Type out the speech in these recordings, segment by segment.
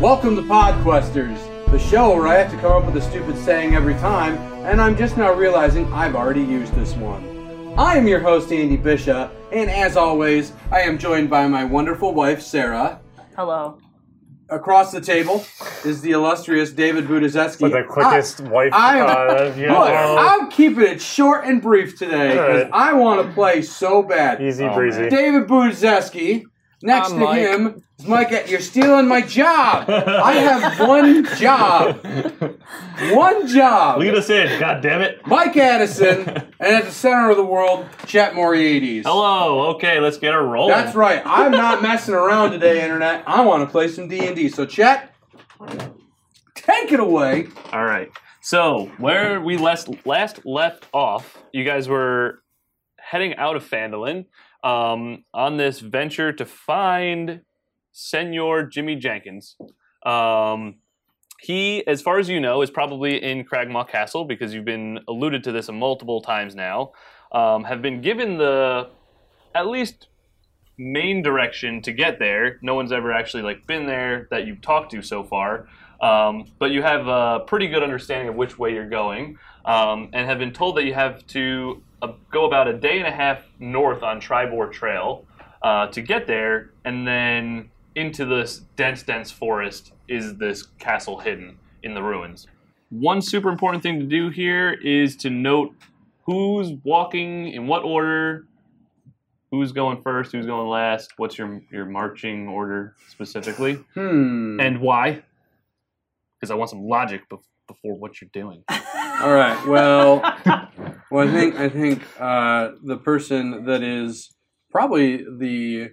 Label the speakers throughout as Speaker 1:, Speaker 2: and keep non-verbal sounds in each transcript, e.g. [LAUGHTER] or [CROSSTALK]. Speaker 1: Welcome to PodQuesters, the show where I have to come up with a stupid saying every time, and I'm just now realizing I've already used this one. I am your host, Andy Bisha, and as always, I am joined by my wonderful wife, Sarah.
Speaker 2: Hello.
Speaker 1: Across the table is the illustrious David Budizeski.
Speaker 3: With the quickest wife. [LAUGHS]
Speaker 1: I'm-
Speaker 3: uh, you
Speaker 1: Look,
Speaker 3: know,
Speaker 1: I'm keeping it short and brief today because
Speaker 3: Good.
Speaker 1: I want to play so bad.
Speaker 3: easy
Speaker 4: Oh,
Speaker 3: breezy.
Speaker 1: David Buzeski. Next
Speaker 4: I'm
Speaker 1: to
Speaker 4: Mike.
Speaker 1: him is Mike. You're stealing my job. I have one job. One job.
Speaker 4: Lead us in, god damn it.
Speaker 1: Mike Addison, and at the center of the world, Chet Moriades.
Speaker 4: Hello, okay, let's get her rolling.
Speaker 1: That's right. I'm not messing around today, Internet. I want to play some D and D. So, Chet, take it away.
Speaker 4: All right. So where we last last left off, you guys were heading out of Fandolin um, on this venture to find Senor Jimmy Jenkins. Um, he, as far as you know, is probably in Cragmaw Castle because you've been alluded to this multiple times now. Um, have been given the at least main direction to get there. No one's ever actually like been there that you've talked to so far, um, but you have a pretty good understanding of which way you're going, um, and have been told that you have to uh, go about a day and a half north on Tribor Trail uh, to get there, and then into this dense, dense forest is this castle hidden in the ruins. One super important thing to do here is to note who's walking in what order, who's going first, who's going last, what's your your marching order specifically,
Speaker 1: Hmm.
Speaker 4: and why? Because I want some logic bef- before what you're doing.
Speaker 1: All right.
Speaker 4: [LAUGHS]
Speaker 1: Well, well, I think I think uh, the person that is probably the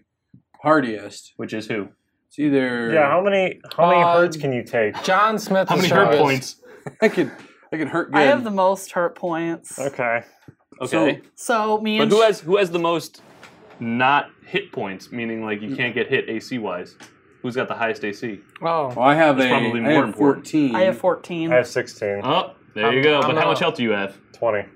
Speaker 1: hardiest.
Speaker 4: Which is who?
Speaker 1: It's either
Speaker 3: Yeah, how many how many
Speaker 5: Uh,
Speaker 3: herds can you take?
Speaker 5: John Smith.
Speaker 4: How
Speaker 5: is
Speaker 4: many hurt
Speaker 5: strongest.
Speaker 4: points?
Speaker 1: I could I could hurt good.
Speaker 2: I have the most hurt points.
Speaker 3: Okay.
Speaker 4: Okay,
Speaker 2: So me
Speaker 4: but
Speaker 2: and
Speaker 4: who has who has the most not hit points? Meaning like you can't get hit AC wise. Who's got the highest AC?
Speaker 5: Oh,
Speaker 1: well, I have
Speaker 4: That's
Speaker 1: a
Speaker 4: probably
Speaker 1: I
Speaker 4: more
Speaker 1: have
Speaker 4: important.
Speaker 1: fourteen.
Speaker 2: I have 14.
Speaker 3: I have 16.
Speaker 4: Oh, there you
Speaker 5: I'm-
Speaker 4: go.
Speaker 5: I'm
Speaker 4: but how
Speaker 5: a-
Speaker 4: much health do you have?
Speaker 3: 20.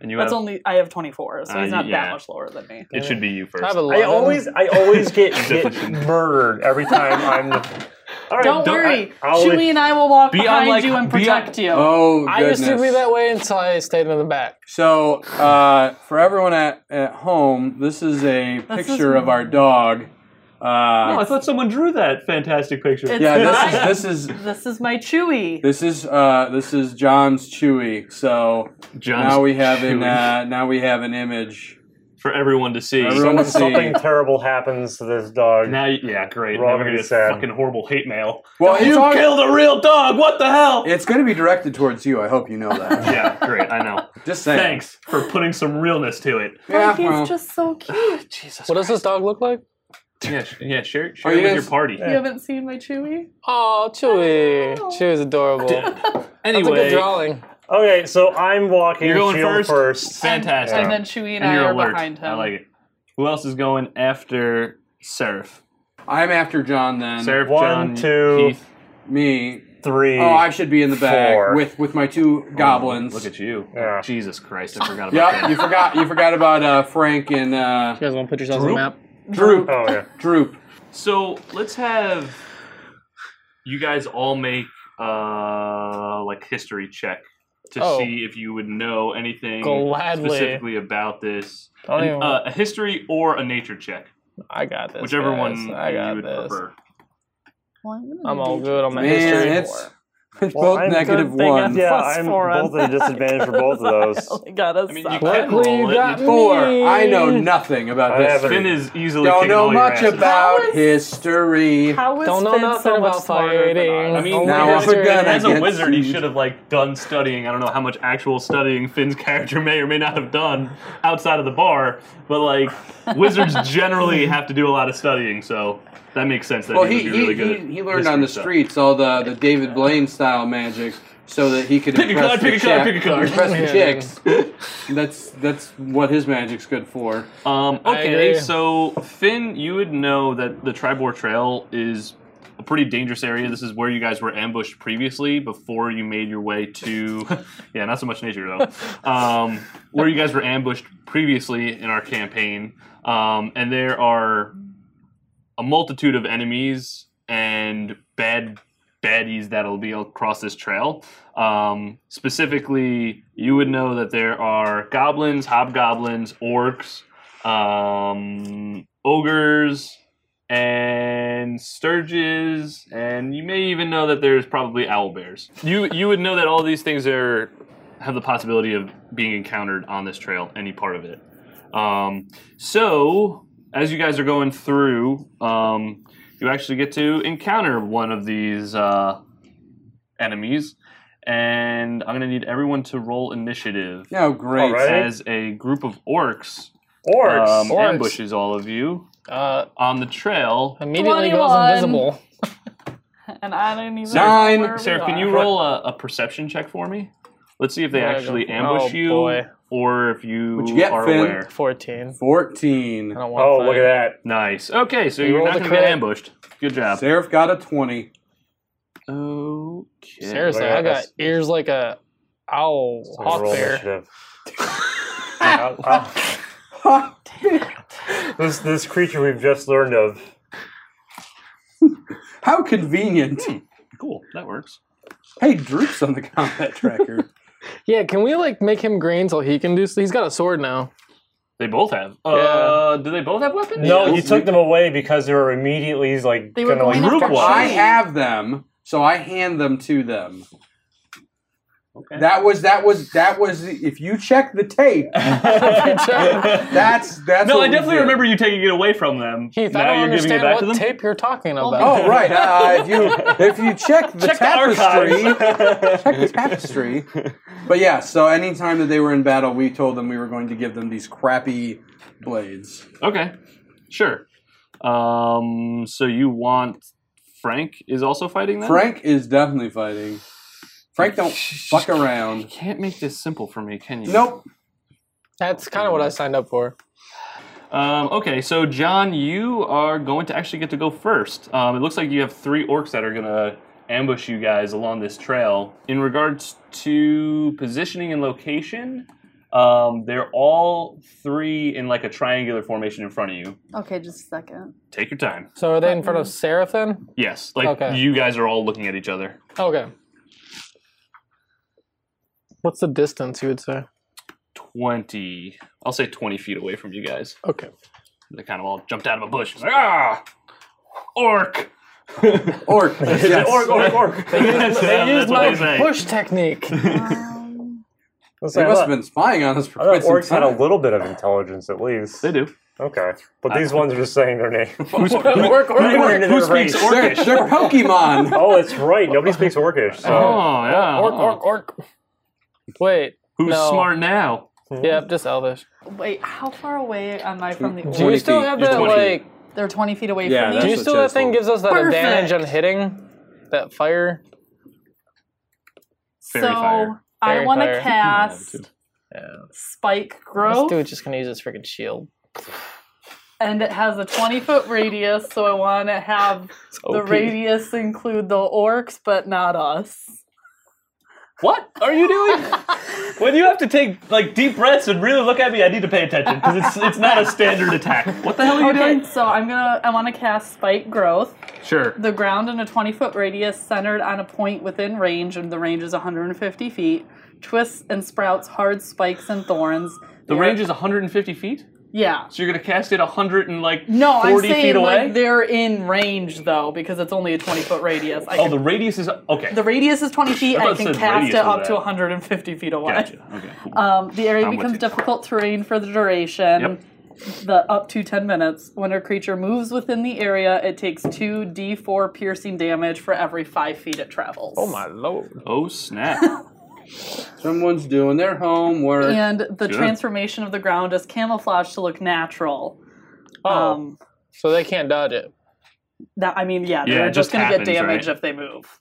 Speaker 4: And you
Speaker 2: That's
Speaker 4: have.
Speaker 2: only I have 24, so
Speaker 4: Uh,
Speaker 2: he's not
Speaker 4: yeah.
Speaker 2: that much lower than me.
Speaker 4: It should be you first.
Speaker 5: I have 11.
Speaker 3: I always I always get, get
Speaker 4: Deficient.
Speaker 3: murdered every time I'm the All right,
Speaker 2: Don't,
Speaker 4: don't-
Speaker 2: worry.
Speaker 3: I- I'll-
Speaker 2: Chewie and I will walk
Speaker 4: Be
Speaker 2: behind
Speaker 4: unlike-
Speaker 2: you and
Speaker 4: be un-
Speaker 2: protect you.
Speaker 1: Oh
Speaker 5: I
Speaker 1: goodness!
Speaker 5: used to be that way until I stayed in the back.
Speaker 1: So uh, for everyone at, at home, this is a
Speaker 2: This
Speaker 1: picture
Speaker 2: is-
Speaker 1: of our dog.
Speaker 4: Oh, I
Speaker 1: Uh,
Speaker 4: thought someone drew that fantastic picture.
Speaker 2: It's-
Speaker 1: yeah, this is this is
Speaker 2: This is my Chewie.
Speaker 1: this is uh, this is John's Chewy. So
Speaker 4: John's
Speaker 1: now we have an
Speaker 4: chewing
Speaker 1: uh, now we have an image.
Speaker 4: for everyone to see.
Speaker 1: Everyone
Speaker 3: When
Speaker 1: Let's see.
Speaker 3: something terrible happens to this dog.
Speaker 4: Now, you, yeah, great.
Speaker 3: We're all
Speaker 4: Now we're
Speaker 3: gonna
Speaker 4: gonna
Speaker 3: be
Speaker 4: get
Speaker 3: sad.
Speaker 4: fucking horrible hate mail.
Speaker 1: Well, it's
Speaker 4: you
Speaker 1: all-
Speaker 4: killed a real dog. What the hell?
Speaker 1: It's going to be directed towards you. I hope you know that.
Speaker 4: yeah, great. I know.
Speaker 1: Just saying.
Speaker 4: [LAUGHS] Thanks for putting some realness to it.
Speaker 1: Yeah,
Speaker 2: oh, he's
Speaker 1: well,
Speaker 2: just so cute. Jesus.
Speaker 5: What does this dog look like?
Speaker 4: Yeah, sh- yeah. Share,
Speaker 1: Are
Speaker 4: share
Speaker 1: you
Speaker 4: it with
Speaker 1: guys-
Speaker 4: your party.
Speaker 2: You haven't seen my Chewie?
Speaker 5: Oh, Chewy.
Speaker 2: Oh.
Speaker 5: Chewie's adorable. That's a good
Speaker 4: Anyway,
Speaker 5: drawing.
Speaker 3: Okay, so I'm walking
Speaker 4: You're going
Speaker 3: shield
Speaker 4: first? fantastic.
Speaker 2: And then Chewie and,
Speaker 4: And
Speaker 2: I
Speaker 4: you're
Speaker 2: are
Speaker 4: alert.
Speaker 2: behind him.
Speaker 4: I like it. Who else is going after Seraph?
Speaker 1: I'm after John then.
Speaker 4: Seraph,
Speaker 3: One,
Speaker 4: John,
Speaker 3: two,
Speaker 4: Keith.
Speaker 1: Me.
Speaker 3: Three.
Speaker 1: Oh, I should be in the back
Speaker 3: Four.
Speaker 1: with with my two Oh, goblins.
Speaker 4: Oh, Look at you.
Speaker 3: Yeah.
Speaker 4: Jesus Christ, I forgot about
Speaker 1: Yep,
Speaker 4: that.
Speaker 1: you forgot you forgot about uh, Frank and uh,
Speaker 5: You guys want to put yourselves on the map?
Speaker 1: Droop.
Speaker 3: Oh, yeah.
Speaker 1: Droop.
Speaker 4: So let's have you guys all make uh like history check to
Speaker 5: Oh.
Speaker 4: see if you would know anything
Speaker 5: Gladly.
Speaker 4: specifically about this.
Speaker 5: I, don't
Speaker 4: An-
Speaker 5: even,
Speaker 4: uh, a history or a nature check,
Speaker 5: I got this.
Speaker 4: whichever
Speaker 5: guys.
Speaker 4: one
Speaker 5: I got
Speaker 4: you would
Speaker 5: this.
Speaker 4: prefer.
Speaker 2: Well, I'm, gonna
Speaker 5: I'm all
Speaker 2: do-
Speaker 5: good on my
Speaker 1: Man,
Speaker 5: history.
Speaker 1: it's it's [LAUGHS]
Speaker 3: Well,
Speaker 1: both
Speaker 3: I'm
Speaker 1: negative
Speaker 2: good thing
Speaker 1: one.
Speaker 3: Yeah,
Speaker 2: Plus
Speaker 3: I'm
Speaker 2: four on
Speaker 3: both at a disadvantage for both of those.
Speaker 2: Oh [LAUGHS] my god, that's
Speaker 4: I mean,
Speaker 2: so-
Speaker 4: you can
Speaker 5: Luckily,
Speaker 4: roll
Speaker 5: you
Speaker 4: it.
Speaker 5: got
Speaker 1: Four.
Speaker 5: me.
Speaker 1: I know nothing about
Speaker 3: I
Speaker 1: history.
Speaker 3: haven't-
Speaker 4: Finn is easily
Speaker 1: Don't
Speaker 4: kicking
Speaker 1: know
Speaker 4: all your
Speaker 1: much
Speaker 4: asses.
Speaker 2: How
Speaker 1: about
Speaker 2: is-
Speaker 1: history.
Speaker 2: How was
Speaker 5: Don't know
Speaker 2: Finn
Speaker 5: nothing
Speaker 2: so much
Speaker 5: about
Speaker 2: smarter than
Speaker 5: fighting.
Speaker 2: us?
Speaker 4: I mean,
Speaker 1: Now
Speaker 4: as,
Speaker 1: we're gonna
Speaker 4: as a
Speaker 1: get
Speaker 4: wizard, he
Speaker 1: sued.
Speaker 4: should have like done studying. I don't know how much actual studying Finn's [LAUGHS] character may or may not have done outside of the bar, but
Speaker 5: [LAUGHS]
Speaker 4: like wizards generally have to do a lot of studying, so that makes sense. That
Speaker 1: Well,
Speaker 4: he,
Speaker 1: he
Speaker 4: would be
Speaker 1: he,
Speaker 4: really good.
Speaker 1: he,
Speaker 4: at
Speaker 1: he learned on the
Speaker 4: history stuff.
Speaker 1: streets all the, the David Blaine style magic, so that he could
Speaker 4: Pick a
Speaker 1: impress
Speaker 4: card,
Speaker 1: the
Speaker 4: pick a card,
Speaker 1: chick-
Speaker 4: pick a card.
Speaker 1: impress the
Speaker 5: Yeah.
Speaker 1: chicks. that's that's what his magic's good for.
Speaker 4: Um,
Speaker 5: I
Speaker 4: okay,
Speaker 5: agree.
Speaker 4: so Finn, you would know that the Tribor Trail is a pretty dangerous area. This is where you guys were ambushed previously before you made your way to.
Speaker 5: [LAUGHS]
Speaker 4: yeah, not so much nature though. Um, where you guys were ambushed previously in our campaign, um, and there are a multitude of enemies and bad baddies that'll be across this trail. Um, specifically, you would know that there are goblins, hobgoblins, orcs, um, ogres, and sturges, and you may even know that there's probably owl bears. You you would know that all these things are have the possibility of being encountered on this trail, any part of it. Um, so, as you guys are going through, um, you actually get to encounter one of these uh, enemies, and I'm gonna need everyone to roll initiative
Speaker 1: Oh, great.
Speaker 3: Alright.
Speaker 4: as a group of orcs,
Speaker 3: Orcs.
Speaker 4: um,
Speaker 5: Orcs.
Speaker 4: ambushes all of you
Speaker 5: Uh,
Speaker 4: on the trail.
Speaker 5: immediately goes
Speaker 2: 21.
Speaker 5: invisible.
Speaker 2: And I don't even
Speaker 1: Nine.
Speaker 2: know where we
Speaker 4: Sarah, can
Speaker 2: are.
Speaker 4: you roll a, a perception check for me? Let's see if they
Speaker 5: Where I
Speaker 4: actually
Speaker 5: go?
Speaker 4: ambush
Speaker 5: Oh,
Speaker 4: you
Speaker 5: boy.
Speaker 4: or if you,
Speaker 1: What'd you get,
Speaker 4: are
Speaker 1: Finn?
Speaker 4: aware.
Speaker 5: 14.
Speaker 1: 14.
Speaker 5: I don't want
Speaker 3: oh,
Speaker 5: to
Speaker 3: look at that.
Speaker 4: Nice. Okay, so
Speaker 5: You
Speaker 4: you are
Speaker 5: rolled
Speaker 4: not
Speaker 5: a
Speaker 4: going to get
Speaker 5: crit.
Speaker 4: ambushed. Good job.
Speaker 1: Seraph got a 20.
Speaker 4: Okay.
Speaker 5: Seriously,
Speaker 3: Look at
Speaker 5: I got
Speaker 3: this.
Speaker 5: ears like a owl
Speaker 3: So
Speaker 5: hawk
Speaker 3: roll
Speaker 5: bear.
Speaker 3: initiative. Ow, ow.
Speaker 1: Ha!
Speaker 3: this this creature we've just learned of.
Speaker 1: How convenient.
Speaker 4: Hmm. Cool. That works.
Speaker 1: Hey, Droop's on the
Speaker 4: [LAUGHS]
Speaker 1: combat tracker.
Speaker 5: Yeah, can we like make him green so he can do? s- He's got a sword now.
Speaker 4: They both have. Uh, do they both
Speaker 5: [LAUGHS]
Speaker 4: have weapons?
Speaker 3: No,
Speaker 1: Yeah.
Speaker 3: you took them away because they were immediately like
Speaker 2: They were
Speaker 3: gonna, like, [LAUGHS]
Speaker 2: going
Speaker 4: group
Speaker 2: after
Speaker 4: wise.
Speaker 1: I
Speaker 2: Chewie.
Speaker 1: have them, so I hand them to them.
Speaker 4: Okay.
Speaker 1: That was that was that was if you check the
Speaker 4: [LAUGHS]
Speaker 1: tape,
Speaker 2: [LAUGHS]
Speaker 1: that's that's
Speaker 4: no,
Speaker 1: what
Speaker 4: I
Speaker 1: we
Speaker 4: definitely
Speaker 1: did.
Speaker 4: remember you taking it away from them.
Speaker 5: Heath,
Speaker 4: now
Speaker 5: I don't
Speaker 4: you're giving
Speaker 5: understand
Speaker 4: it back
Speaker 5: what
Speaker 4: to them.
Speaker 5: tape you're talking about.
Speaker 1: Oh right. Uh, if
Speaker 4: [LAUGHS]
Speaker 1: you if you check the
Speaker 4: Check the
Speaker 1: tapestry,
Speaker 4: [LAUGHS] archives.
Speaker 1: check the tapestry. But yeah, so anytime that they were in battle, we told them we were going to give them these crappy blades.
Speaker 4: Okay, sure. Um, so you want Frank is also fighting them?
Speaker 1: Frank is definitely fighting. Frank
Speaker 3: [LAUGHS]
Speaker 1: don't fuck
Speaker 4: You
Speaker 1: around.
Speaker 4: can't make this simple for me, can you?
Speaker 1: Nope.
Speaker 5: That's kind of what I signed up for.
Speaker 4: Um, okay, so John, you are going to actually get to go first. Um, it looks like you have three orcs that are going to ambush you guys along this trail. In regards to positioning and location, um, they're all three in like a triangular formation in front of you.
Speaker 2: Okay, just a second.
Speaker 4: Take your time.
Speaker 5: So are they in front of Seraph then?
Speaker 4: Yes, like
Speaker 5: Okay.
Speaker 4: you guys are all looking at each other.
Speaker 5: Okay. What's the distance you would say?
Speaker 4: 20, I'll say 20 feet away from you guys.
Speaker 5: Okay.
Speaker 4: They kind of all jumped out of a bush. It's like, ah! [LAUGHS] Orc!
Speaker 3: [LAUGHS]
Speaker 1: Orc. Yes.
Speaker 3: Orc,
Speaker 4: [LAUGHS]
Speaker 3: orc, orc.
Speaker 4: That's-
Speaker 5: They
Speaker 4: that's
Speaker 5: used
Speaker 4: what
Speaker 5: my
Speaker 4: they say. [LAUGHS]
Speaker 5: push technique.
Speaker 2: Um,
Speaker 3: Let's
Speaker 1: They
Speaker 3: see, I
Speaker 1: must
Speaker 3: thought-
Speaker 1: have been spying on us for
Speaker 3: I thought
Speaker 1: quite some
Speaker 3: orcs had a
Speaker 1: time.
Speaker 3: little bit of intelligence at least.
Speaker 4: They do.
Speaker 3: Okay, but these ones are just saying their
Speaker 4: [LAUGHS]
Speaker 3: name. [LAUGHS]
Speaker 4: Who's- who-
Speaker 3: They were in
Speaker 4: who
Speaker 3: their
Speaker 4: speaks
Speaker 3: race.
Speaker 1: They're,
Speaker 4: orcish?
Speaker 1: they're
Speaker 3: [LAUGHS]
Speaker 1: Pokemon.
Speaker 3: Oh, that's right. Nobody speaks Orcish. So.
Speaker 4: Oh, yeah.
Speaker 5: Orc, orc, orc. Wait.
Speaker 4: Who's
Speaker 5: No.
Speaker 4: smart now?
Speaker 5: Yep, just Elvish.
Speaker 2: wait, how far away am I from the
Speaker 5: Do
Speaker 2: orc?
Speaker 5: you
Speaker 1: 20
Speaker 5: still
Speaker 1: feet.
Speaker 5: have
Speaker 4: You're
Speaker 5: that
Speaker 4: 20.
Speaker 5: like?
Speaker 2: They're 20 feet away
Speaker 1: Yeah,
Speaker 2: from me?
Speaker 1: that's
Speaker 5: Do you
Speaker 1: what
Speaker 5: still
Speaker 1: Chase
Speaker 5: that thing
Speaker 1: told
Speaker 5: gives us that
Speaker 2: Perfect.
Speaker 5: advantage on hitting? That fire.
Speaker 4: Fairy
Speaker 2: so
Speaker 4: fire.
Speaker 2: I
Speaker 5: Fairy
Speaker 2: want
Speaker 5: fire.
Speaker 2: to cast
Speaker 5: Yeah.
Speaker 2: Spike
Speaker 5: This
Speaker 2: Growth,
Speaker 5: dude's just gonna use his freaking shield.
Speaker 2: and it has a 20 foot radius. So I want to have the radius include the orcs, but not us.
Speaker 4: What are you
Speaker 2: [LAUGHS]
Speaker 4: doing? when you have to take like deep breaths and really look at me, I need to pay attention because it's it's not a standard attack. What the hell are you
Speaker 2: Okay,
Speaker 4: doing?
Speaker 2: so I'm gonna I want to cast Spike Growth.
Speaker 4: Sure.
Speaker 2: The ground in a 20 foot radius centered on a point within range, and the range is 150 feet. Twists and sprouts hard spikes and thorns.
Speaker 4: The
Speaker 2: They're-
Speaker 4: range is 150 feet,
Speaker 2: yeah.
Speaker 4: so you're gonna cast it 100 and like
Speaker 2: No,
Speaker 4: 40
Speaker 2: I'm saying
Speaker 4: feet away.
Speaker 2: like they're in range though because it's only a 20 foot radius. I
Speaker 4: oh,
Speaker 2: can-
Speaker 4: the radius is okay.
Speaker 2: the radius is 20 feet.
Speaker 4: I thought
Speaker 2: I,
Speaker 4: it
Speaker 2: can
Speaker 4: said
Speaker 2: cast
Speaker 4: radius
Speaker 2: it up
Speaker 4: of
Speaker 2: to
Speaker 4: that.
Speaker 2: 150 feet away.
Speaker 4: gotcha. Okay. Cool.
Speaker 2: Um, the area
Speaker 4: I'm with
Speaker 2: becoms
Speaker 4: you.
Speaker 2: difficult terrain for the duration.
Speaker 4: Yep.
Speaker 2: The up to 10 minutes. When a creature moves within the area, it takes 2d4 piercing damage for every 5 feet it travels.
Speaker 5: Oh my lord.
Speaker 2: [LAUGHS]
Speaker 4: oh snap!
Speaker 1: Someone's doing their homework.
Speaker 2: And the
Speaker 4: Good.
Speaker 2: transformation of the ground is camouflaged to look natural.
Speaker 5: Oh,
Speaker 2: Um,
Speaker 5: so they can't dodge it.
Speaker 2: that I mean, yeah,
Speaker 4: Yeah,
Speaker 2: they're
Speaker 4: it
Speaker 2: just
Speaker 4: just
Speaker 2: going to get
Speaker 4: happens,
Speaker 2: damage
Speaker 4: right?
Speaker 2: if they move.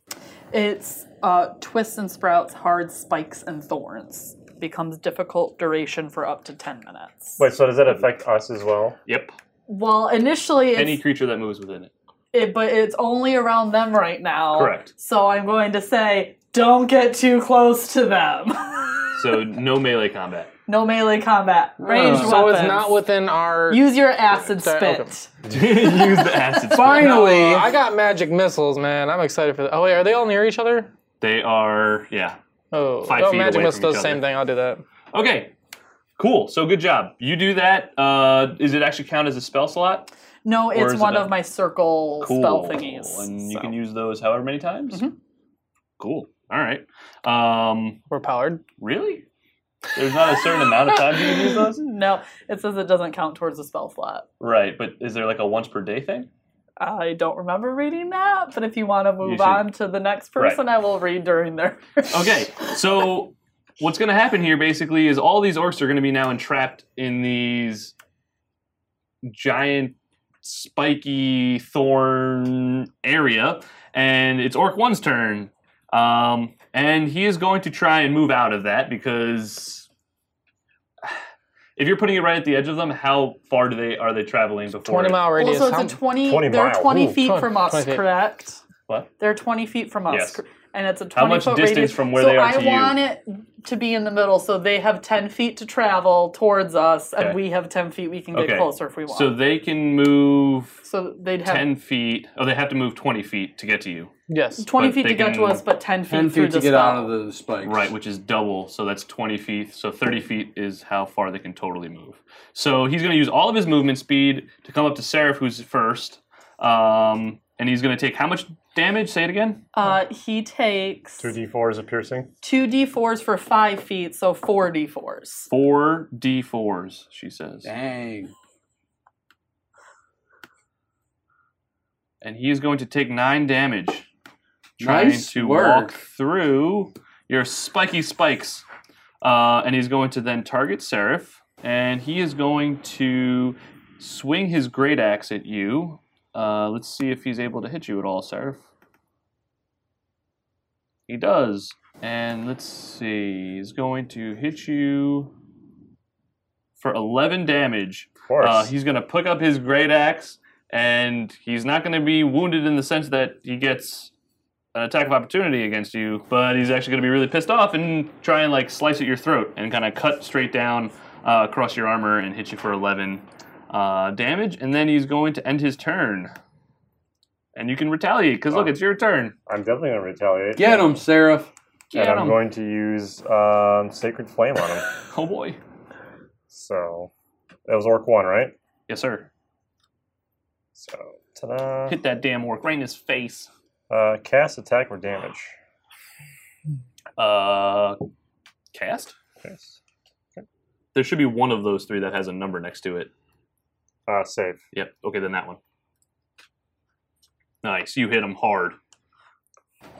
Speaker 2: It's uh, twists and sprouts, hard spikes and thorns. Becomes difficult duration for up to 10 minutes.
Speaker 3: Wait, so does that affect us as well?
Speaker 4: yep.
Speaker 2: Well, initially, it's,
Speaker 4: Any creature that moves within it.
Speaker 2: it, but it's only around them right now.
Speaker 4: Correct.
Speaker 2: So I'm going to say, don't get too close to them. [LAUGHS]
Speaker 4: So no melee combat. [LAUGHS]
Speaker 2: No melee combat. Range
Speaker 1: Oh.
Speaker 2: weapons.
Speaker 5: So it's not within our.
Speaker 2: Use your acid
Speaker 5: Sorry,
Speaker 2: spit.
Speaker 5: okay.
Speaker 4: Use the acid. spray.
Speaker 1: Finally,
Speaker 5: Uh, I got magic missiles, man. I'm excited for that. Oh wait, are they all near each other?
Speaker 4: They are yeah.
Speaker 5: Oh,
Speaker 4: Five
Speaker 5: oh,
Speaker 4: feet
Speaker 5: magic
Speaker 4: away
Speaker 5: missile
Speaker 4: from each
Speaker 5: does the
Speaker 4: other.
Speaker 5: same thing. I'll do that.
Speaker 4: Okay. Cool. So good job. You do that. Uh, is it actually count as a spell slot?
Speaker 2: No,
Speaker 4: Or
Speaker 2: it's
Speaker 4: is it
Speaker 2: one
Speaker 4: a-
Speaker 2: of my circle
Speaker 4: Cool.
Speaker 2: spell thingies.
Speaker 4: And you
Speaker 2: so. Mm-hmm.
Speaker 4: can use those however many times. Cool. All right. Um,
Speaker 5: We're powered.
Speaker 4: really? There's not a certain amount of times you can use those.
Speaker 2: [LAUGHS] No, it says it doesn't count towards the spell slot.
Speaker 4: Right. But is there like a once per day thing?
Speaker 2: I don't remember reading that, but if you want to move
Speaker 4: should-
Speaker 2: on to the next
Speaker 4: Right.
Speaker 2: person, I will read during their.
Speaker 4: [LAUGHS] Okay. So what's going to happen here basically is all these orcs are going to be now entrapped in these giant spiky thorn area and it's orc one's turn um, and he is going to try and move out of that because [SIGHS] if you're putting it right at the edge of them how far do they are they traveling before
Speaker 5: Twenty
Speaker 4: it?
Speaker 5: mile
Speaker 2: Well,
Speaker 5: radius.
Speaker 2: so it's
Speaker 5: How-
Speaker 2: a 20,
Speaker 3: 20
Speaker 2: they're
Speaker 3: mile.
Speaker 2: 20
Speaker 5: Ooh,
Speaker 2: feet
Speaker 5: 20,
Speaker 2: from us,
Speaker 5: 20 feet.
Speaker 2: correct?
Speaker 4: What?
Speaker 2: They're 20 feet from us.
Speaker 4: Yes.
Speaker 2: cor- And it's a 20
Speaker 4: How much
Speaker 2: foot
Speaker 4: distance
Speaker 2: radius.
Speaker 4: from where
Speaker 2: so
Speaker 4: they are
Speaker 2: I
Speaker 4: to you?
Speaker 2: want it to be in the middle, so they have 10 feet to travel towards us,
Speaker 4: Okay.
Speaker 2: and we have 10 feet. We can get
Speaker 4: Okay.
Speaker 2: closer if we want.
Speaker 4: so they can move
Speaker 2: So they'd have
Speaker 4: 10 feet oh they have to move 20 feet to get to you
Speaker 5: yes.
Speaker 2: 20
Speaker 4: but
Speaker 2: feet
Speaker 4: they
Speaker 2: to get to
Speaker 4: can-
Speaker 2: us, but 10 feet,
Speaker 1: ten
Speaker 2: through
Speaker 1: feet to
Speaker 2: the
Speaker 1: get
Speaker 2: spell.
Speaker 1: out of the spikes.
Speaker 4: Right, which is double, so that's 20 feet. So 30 feet is how far they can totally move. So he's going to use all of his movement speed to come up to Seraph, who's first. Um, and he's going to take how much damage? Say it again.
Speaker 2: Uh, he takes
Speaker 3: Two D four is a piercing.
Speaker 2: two d4s for five feet, so four d4s.
Speaker 4: Four d4s, she says.
Speaker 1: Dang.
Speaker 4: And he is going to take nine damage. Trying
Speaker 1: Nice
Speaker 4: to
Speaker 1: work.
Speaker 4: walk through your spiky spikes. Uh, and he's going to then target Seraph. And he is going to swing his great axe at you. Uh, let's see if he's able to hit you at all, Seraph. He does. And let's see. He's going to hit you for 11 damage.
Speaker 3: Of course.
Speaker 4: Uh, he's going to pick up his great axe, and he's not going to be wounded in the sense that he gets an attack of opportunity against you, but he's actually going to be really pissed off and try and like slice at your throat and kind of cut straight down uh, across your armor and hit you for 11 uh, damage. And then he's going to end his turn. And you can retaliate because look,
Speaker 3: Oh.
Speaker 4: it's your turn.
Speaker 3: I'm definitely gonna retaliate.
Speaker 1: Get him, Seraph.
Speaker 4: Get
Speaker 3: and I'm
Speaker 4: him.
Speaker 3: going to use um, sacred flame on him.
Speaker 4: Oh boy.
Speaker 3: So that was orc one, right?
Speaker 4: Yes, sir.
Speaker 3: So ta-da.
Speaker 4: Hit that damn orc right in his face.
Speaker 3: Uh, cast attack or damage.
Speaker 4: Uh, cast?
Speaker 3: Yes.
Speaker 4: There should be one of those three that has a number next to it.
Speaker 3: Uh, save.
Speaker 4: Yep. Okay, then that one. Nice. You hit him hard.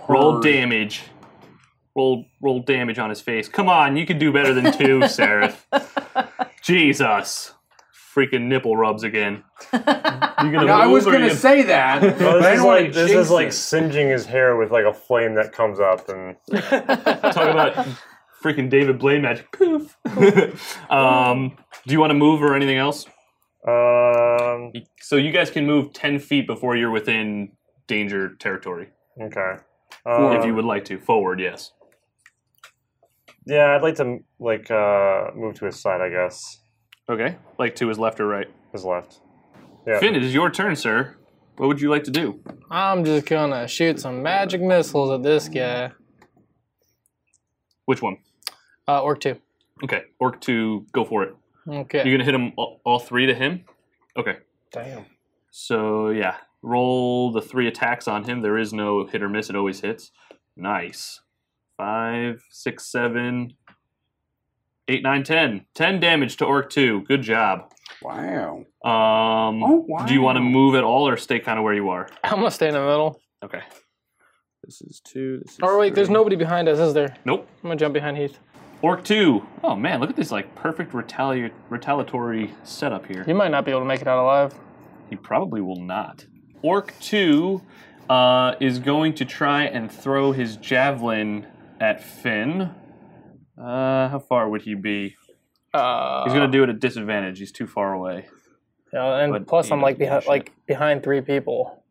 Speaker 4: Roll
Speaker 1: Hard.
Speaker 4: damage. Roll roll damage on his face. Come on, you can do better than
Speaker 1: [LAUGHS]
Speaker 4: two, Seraph. Jesus. Freaking nipple
Speaker 1: [LAUGHS]
Speaker 4: rubs again. You gonna
Speaker 1: Now, I
Speaker 4: move
Speaker 1: was
Speaker 4: or
Speaker 1: gonna
Speaker 4: you gonna-
Speaker 1: say
Speaker 3: [LAUGHS]
Speaker 1: that, but I
Speaker 3: Well, this is
Speaker 1: don't want
Speaker 3: like
Speaker 1: to
Speaker 3: this
Speaker 1: jinx
Speaker 3: is like
Speaker 1: it.
Speaker 3: singeing his hair with like a flame that comes up, and
Speaker 4: talk about freaking David Blaine magic. Poof. [LAUGHS] um, do you want to move or anything else?
Speaker 3: um,
Speaker 4: So you guys can move ten feet before you're within danger territory,
Speaker 3: okay.
Speaker 4: if
Speaker 3: Um,
Speaker 4: you would like to. Forward, yes.
Speaker 3: yeah, I'd like to like uh, move to his side, I guess.
Speaker 4: Okay. Like to his left or right.
Speaker 3: His left. Yeah.
Speaker 4: Finn, it is your turn, sir. What would you like to do?
Speaker 5: I'm just gonna shoot some magic missiles at this guy.
Speaker 4: Which one?
Speaker 5: Uh, orc two.
Speaker 4: Okay, orc two, go for it.
Speaker 5: Okay.
Speaker 4: You're gonna hit him all, all three to him. Okay,
Speaker 3: Damn.
Speaker 4: so yeah, roll the three attacks on him. There is no hit or miss; it always hits. Nice. Five, six, seven, eight, nine, ten. Ten damage to orc two. Good job.
Speaker 1: Wow.
Speaker 4: Um,
Speaker 1: Oh, wow.
Speaker 4: Do you want to move at all or stay kind of where you are?
Speaker 5: I'm gonna stay in the middle.
Speaker 4: Okay. This is two. This is
Speaker 5: Or Oh, wait, there's
Speaker 4: three.
Speaker 5: nobody behind us, is there?
Speaker 4: Nope.
Speaker 5: I'm gonna jump behind Heath.
Speaker 4: Orc two. Oh man, look at this like perfect retali- retaliatory setup here.
Speaker 5: You might not be able to make it out alive.
Speaker 4: He probably will not. Orc 2 uh, is going to try and throw his javelin at Finn. Uh, how far would he be?
Speaker 5: Uh,
Speaker 4: He's going to do it at disadvantage. He's too far away.
Speaker 5: yeah, and
Speaker 4: but
Speaker 5: plus,
Speaker 4: he
Speaker 5: I'm like
Speaker 4: doesn't give a
Speaker 5: behind,
Speaker 4: shit.
Speaker 5: like behind three people.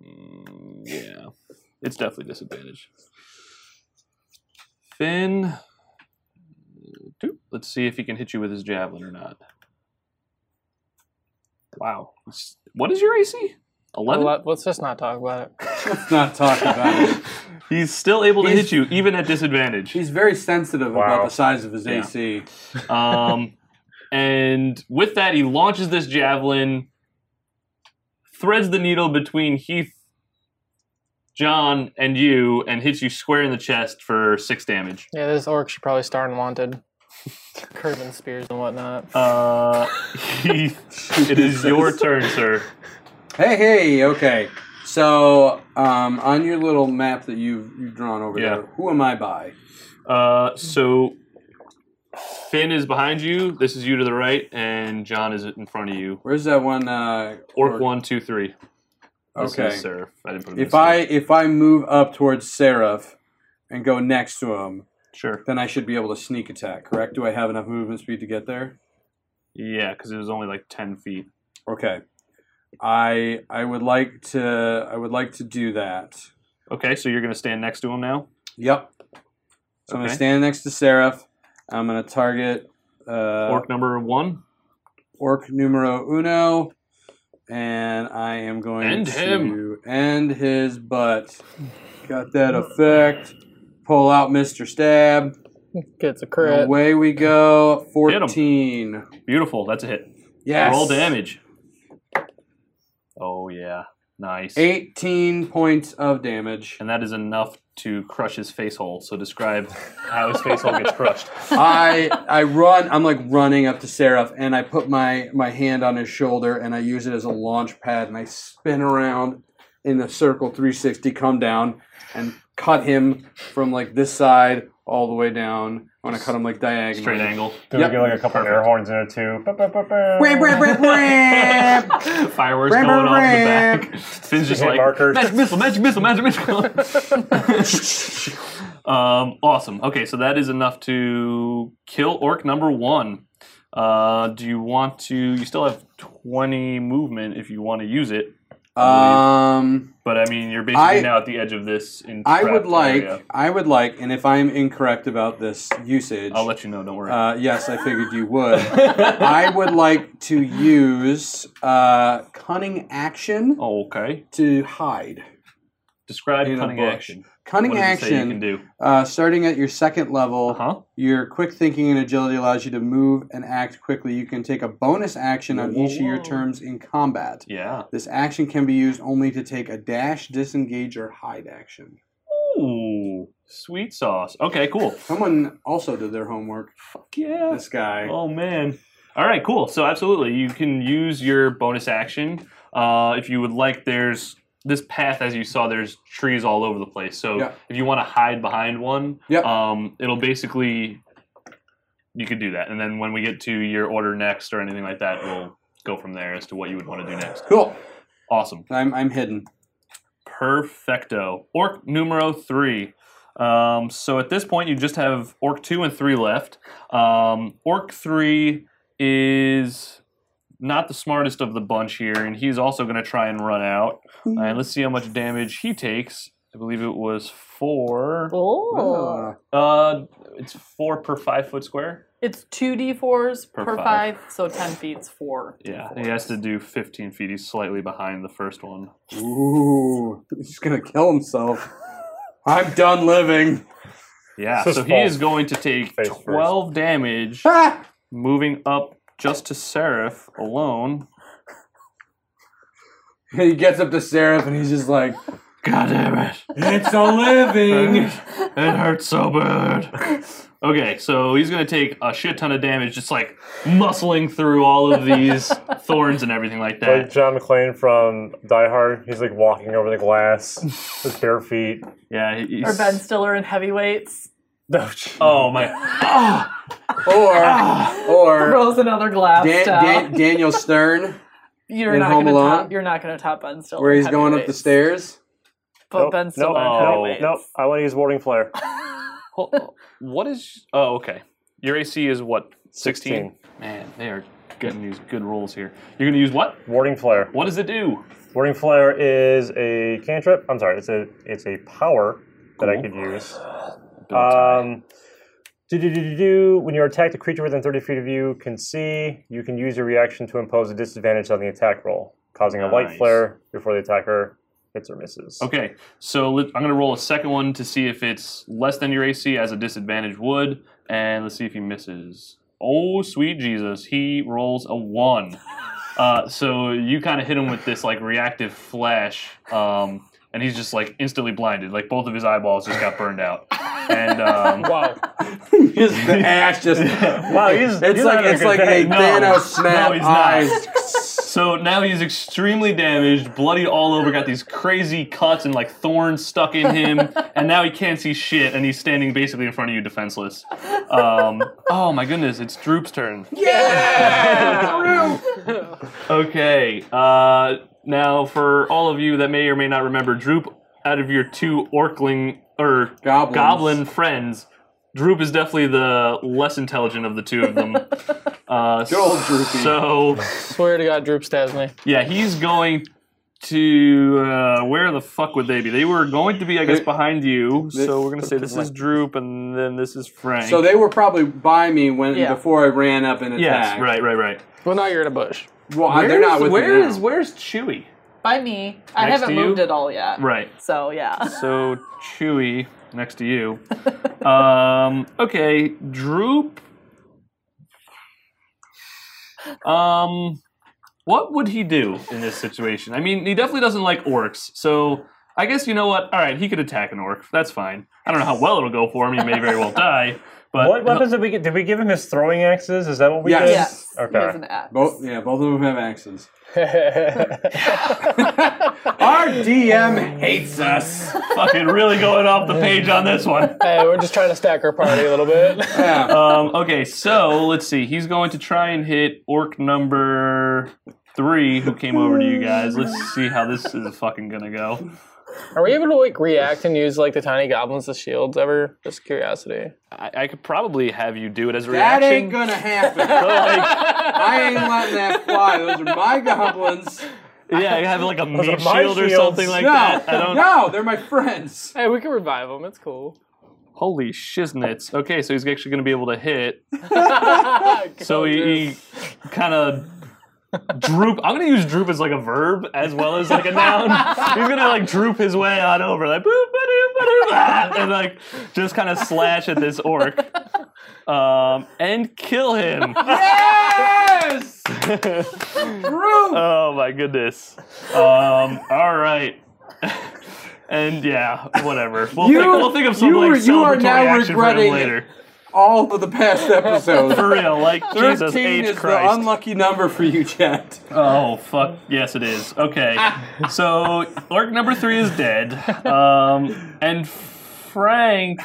Speaker 4: Mm, yeah. It's definitely disadvantage. Finn. Doop. Let's see if he can hit you with his javelin or not. Wow. It's- What is your AC? 11?
Speaker 5: Let, us just not talk about it.
Speaker 1: Let's not talk about
Speaker 3: [LAUGHS]
Speaker 1: [LAUGHS] it.
Speaker 4: He's still able to
Speaker 1: He's-
Speaker 4: hit you, even at disadvantage.
Speaker 1: He's very sensitive
Speaker 3: Wow.
Speaker 1: about the size of his
Speaker 4: Yeah.
Speaker 1: AC.
Speaker 4: Um, and with that, he launches this javelin, threads the needle between Heath, John, and you, and hits you square in the chest for six damage.
Speaker 5: Yeah, this orc should probably star in Wanted. [LAUGHS] Curving spears and whatnot.
Speaker 4: Uh, [LAUGHS] Heath, it is your turn, sir.
Speaker 1: Hey, hey, okay. So, um, on your little map that you've, you've drawn over
Speaker 4: Yeah.
Speaker 1: there, who am I by?
Speaker 4: Uh, so Finn is behind you. This is you to the right, and John is in front of you.
Speaker 1: Where's that one? Uh,
Speaker 4: Orc,
Speaker 1: orc?
Speaker 4: one, two, three. This
Speaker 1: Okay.
Speaker 4: is Seraph. I didn't put him in
Speaker 1: If
Speaker 4: the
Speaker 1: I
Speaker 4: slot.
Speaker 1: if I move up towards Seraph and go next to him,
Speaker 4: sure.
Speaker 1: then I should be able to sneak attack. Correct? Do I have enough movement speed to get there?
Speaker 4: Yeah, because it was only like ten feet.
Speaker 1: Okay. I I would like to I would like to do that.
Speaker 4: Okay, so you're gonna stand next to him now.
Speaker 1: Yep. So I'm
Speaker 4: Okay.
Speaker 1: gonna stand next to Seraph. I'm gonna target uh,
Speaker 4: Orc number one.
Speaker 1: orc numero uno, and I am going
Speaker 4: End
Speaker 1: to
Speaker 4: him.
Speaker 1: end his butt. Got that effect. Pull out Mr. Stab.
Speaker 5: Gets a
Speaker 1: And
Speaker 5: crit.
Speaker 1: Away we go.
Speaker 4: him.
Speaker 1: Fourteen.
Speaker 4: Beautiful. That's a hit.
Speaker 1: Yes.
Speaker 4: Roll damage. Oh yeah, nice.
Speaker 1: Eighteen points of damage.
Speaker 4: And that is enough to crush his face hole. So describe how his face hole gets crushed.
Speaker 1: I I run. I'm like running up to Seraph, and I put my my hand on his shoulder, and I use it as a launch pad, and I spin around in the circle 360, come down, and cut him from like this side all the way down. I want to cut him like diagonally.
Speaker 4: Straight angle.
Speaker 3: Do
Speaker 1: Yep.
Speaker 3: we get like a couple air horns in there too? Ba, ba, ba, ba.
Speaker 1: Wham, wham, wham, wham.
Speaker 4: Fireworks
Speaker 1: Ram,
Speaker 4: going
Speaker 1: ram,
Speaker 4: off in the
Speaker 1: ram.
Speaker 4: back. [LAUGHS] Finn's just
Speaker 3: Hit
Speaker 4: like
Speaker 3: markers.
Speaker 4: magic missile, magic missile, magic missile.
Speaker 1: [LAUGHS]
Speaker 4: um, awesome. Okay, so that is enough to kill orc number one. Uh, do you want to? You still have twenty movement if you want to use it,
Speaker 1: [LAUGHS] Um,
Speaker 4: but I mean you're basically
Speaker 1: I-
Speaker 4: now at the edge of this. In
Speaker 1: I would like,
Speaker 4: Area.
Speaker 1: I would like, and if I'm incorrect about this usage,
Speaker 4: I'll let you know. Don't worry.
Speaker 1: Uh, yes, I figured you would.
Speaker 4: [LAUGHS]
Speaker 1: I would like to use uh, cunning action
Speaker 4: Oh, okay.
Speaker 1: to hide.
Speaker 4: Describe
Speaker 1: In a
Speaker 4: cunning
Speaker 1: bush.
Speaker 4: action.
Speaker 1: Cunning
Speaker 4: what does it say you can
Speaker 1: action,
Speaker 4: do?
Speaker 1: uh, starting at your second level,
Speaker 4: Uh huh.
Speaker 1: your quick thinking and agility allows you to move and act quickly. You can take a bonus action on each of your
Speaker 2: Whoa.
Speaker 1: turns in combat.
Speaker 4: Yeah.
Speaker 1: This action can be used only to take a dash, disengage, or hide action.
Speaker 4: Ooh, sweet sauce. Okay, cool.
Speaker 1: Someone also did their homework.
Speaker 4: Fuck yeah.
Speaker 1: This guy.
Speaker 4: Oh man. All right, cool. So absolutely, you can use your bonus action uh, if you would like. There's this path, as you saw. There's trees all over the place. So
Speaker 1: Yeah.
Speaker 4: if you want to hide behind one,
Speaker 1: Yep.
Speaker 4: um, it'll basically you could do that. And then when we get to your order next or anything like that, we'll go from there as to what you would want to do next.
Speaker 1: Cool.
Speaker 4: Awesome.
Speaker 1: I'm, I'm hidden.
Speaker 4: Perfecto. Orc numero three. Um, so at this point, you just have Orc two and three left. Um, orc three is not the smartest of the bunch here, and he's also going to try and run out. And let's see how much damage he takes. I believe it was four.
Speaker 2: Oh.
Speaker 1: Uh,
Speaker 4: Uh, it's four per five foot square.
Speaker 2: It's two d4s
Speaker 4: Per
Speaker 2: per,
Speaker 4: five.
Speaker 2: five. so 10 feet's four.
Speaker 4: Yeah, he has to do 15 feet. He's slightly behind the first one.
Speaker 1: Uh, Ooh, [LAUGHS] he's gonna kill himself. I'm done living.
Speaker 4: Yeah,
Speaker 3: So
Speaker 4: so he
Speaker 3: small.
Speaker 4: is going to take
Speaker 3: Face first.
Speaker 4: 12 damage.
Speaker 1: Ah!
Speaker 4: moving up just to Seraph alone.
Speaker 1: [LAUGHS] He gets up to Seraph and he's just like,
Speaker 4: God damn [LAUGHS] it.
Speaker 1: "It's a living."
Speaker 4: It hurts so bad. Okay, so he's gonna take a shit ton of damage, just like muscling through all of [LAUGHS] these thorns and everything like
Speaker 3: Like
Speaker 4: that.
Speaker 3: John McClane from Die Hard, he's like walking over the glass with bare feet.
Speaker 4: Yeah, he- he's.
Speaker 2: Or Ben Stiller in heavyweights.
Speaker 4: Oh [LAUGHS] my.
Speaker 1: Or,
Speaker 4: Ah.
Speaker 1: or
Speaker 2: [LAUGHS] Throws another glass
Speaker 1: Dan,
Speaker 2: down.
Speaker 1: Dan, Daniel Stern,
Speaker 2: you're
Speaker 1: in
Speaker 2: not
Speaker 1: Home
Speaker 2: gonna
Speaker 1: Alone?
Speaker 2: top. You're not gonna top Ben Stiller.
Speaker 1: where
Speaker 2: in
Speaker 1: he's going up the
Speaker 2: heavyweights.
Speaker 1: stairs.
Speaker 2: But Ben Stiller
Speaker 3: [LAUGHS] nope,
Speaker 4: Oh.
Speaker 2: in
Speaker 3: nope,
Speaker 2: heavyweights.
Speaker 3: nope. I want to use Warding Flare.
Speaker 4: Hol- What is. Oh, okay. Your AC is what? 16? Man, they are getting these good rolls here. You're gonna use what?
Speaker 3: Warding Flare.
Speaker 4: What does it do?
Speaker 3: Warding Flare is a cantrip. Uh, I'm sorry, it's a it's a power that I could use. Um, Do-do-do-do-do. When you're attacked, a creature within 30 feet of you can see. You can use your reaction to impose a disadvantage on the attack roll, causing a light
Speaker 4: Nice.
Speaker 3: flare before the attacker hits or misses.
Speaker 4: Okay, so let, I'm going to roll a second one to see if it's less than your AC as a disadvantage would, and let's see if he misses. Oh, sweet Jesus, he rolls a one. Uh, so you kind of hit him with this like reactive flash, um, and he's just like instantly blinded. Like both of his eyeballs just got burned out, and um,
Speaker 5: Wow.
Speaker 1: just [LAUGHS] the ash
Speaker 4: [LAUGHS]
Speaker 1: just
Speaker 3: Wow, he's,
Speaker 1: It's
Speaker 3: he's
Speaker 1: like
Speaker 3: having
Speaker 1: it's
Speaker 3: a good
Speaker 1: like
Speaker 3: day.
Speaker 1: a
Speaker 4: No.
Speaker 1: Thanos
Speaker 4: No,
Speaker 1: snap
Speaker 4: he's not.
Speaker 1: eyes.
Speaker 4: [LAUGHS] So now he's extremely damaged, bloody all over, got these crazy cuts and like thorns stuck in him,
Speaker 1: [LAUGHS]
Speaker 4: and now he can't see shit, and he's standing basically in front of you, defenseless. Um, oh my goodness, it's Droop's turn.
Speaker 1: Yeah, Drew.
Speaker 4: Okay, uh, now for all of you that may or may not remember, Droop, out of your two orkling or
Speaker 1: Goblins.
Speaker 4: goblin friends, Droop is definitely the less intelligent of the two of [LAUGHS] them. Uh,
Speaker 1: Good old Droopy.
Speaker 4: So
Speaker 5: Swear to God, Droop stabs me.
Speaker 4: Yeah, he's going to uh, where the fuck would they be? They were going to be, I guess,
Speaker 1: They-
Speaker 4: behind you.
Speaker 1: they-
Speaker 4: so we're gonna say this is Droop, and then this is Frank.
Speaker 1: So they were probably by me when
Speaker 2: Yeah.
Speaker 1: before I ran up and
Speaker 4: yes,
Speaker 1: attacked.
Speaker 4: right, right, right.
Speaker 5: Well, now you're in a [LAUGHS] bush.
Speaker 1: Well, I- they're not with
Speaker 4: where
Speaker 1: me now.
Speaker 4: is where's Chewy?
Speaker 2: By me. I
Speaker 4: Next
Speaker 2: haven't
Speaker 4: to you?
Speaker 2: moved at all yet.
Speaker 4: Right.
Speaker 2: So yeah.
Speaker 4: So Chewy next to you. Um, okay, Droop. Um, what would he do in this situation? I mean, he definitely doesn't like orcs, so I guess you know what. All right, he could attack an orc. That's fine. I don't know how well it'll go for him. He may very well die. But
Speaker 3: What weapons did we get? Did we give him his throwing axes? Is that what we
Speaker 1: Yes.
Speaker 3: did?
Speaker 2: Yes.
Speaker 3: Okay.
Speaker 2: He has an axe.
Speaker 1: Both yeah, both of them have axes.
Speaker 5: hey,
Speaker 1: Our
Speaker 4: [LAUGHS]
Speaker 1: DM hates us.
Speaker 4: fucking really going off the page on this one.
Speaker 5: we're just trying to stack our party a little bit.
Speaker 1: Yeah.
Speaker 4: Um, okay, so let's see. He's going to try and hit orc number three, who came over to you guys. Let's see how this is fucking gonna go.
Speaker 5: Are we able to like react and use like the tiny goblins as shields ever? Just curiosity.
Speaker 4: I, I could probably have you do it as a
Speaker 1: That ain't
Speaker 4: reaction. Oh,
Speaker 1: gonna happen.
Speaker 4: Like,
Speaker 1: I ain't letting that fly. Those are my
Speaker 4: [LAUGHS]
Speaker 1: goblins.
Speaker 4: [LAUGHS] yeah, you have like a meat
Speaker 3: are my
Speaker 4: shield or
Speaker 3: shields.
Speaker 4: something like
Speaker 1: No,
Speaker 4: that. I don't.
Speaker 1: no, they're my friends.
Speaker 4: [LAUGHS]
Speaker 5: Hey, we can revive them. It's cool.
Speaker 4: Holy shiznits. Okay, so he's actually gonna be able to hit. So he, he kind of droop. I'm gonna use droop as like a verb as well as like a noun. He's gonna like droop his way on over, like boop, ba-doop, ba-doop, ah, and like just kind of slash at this orc, um, and kill him. [LAUGHS]
Speaker 1: Yes, Drew.
Speaker 4: Oh my goodness. Um, all right. and yeah, whatever. We'll,
Speaker 1: You-
Speaker 4: think, we'll think of some
Speaker 1: you
Speaker 4: like
Speaker 1: were- you are
Speaker 4: celebratory
Speaker 1: now
Speaker 4: action for him
Speaker 1: regretting
Speaker 4: later.
Speaker 1: All of the
Speaker 4: [LAUGHS]
Speaker 1: past
Speaker 4: For
Speaker 1: episodes.
Speaker 4: real, like Jesus
Speaker 1: Thirteen
Speaker 4: H
Speaker 1: is
Speaker 4: Christ.
Speaker 1: the unlucky number for you, Jet.
Speaker 4: Oh fuck! Yes, it is. Okay, so orc number three is dead, um, and Frank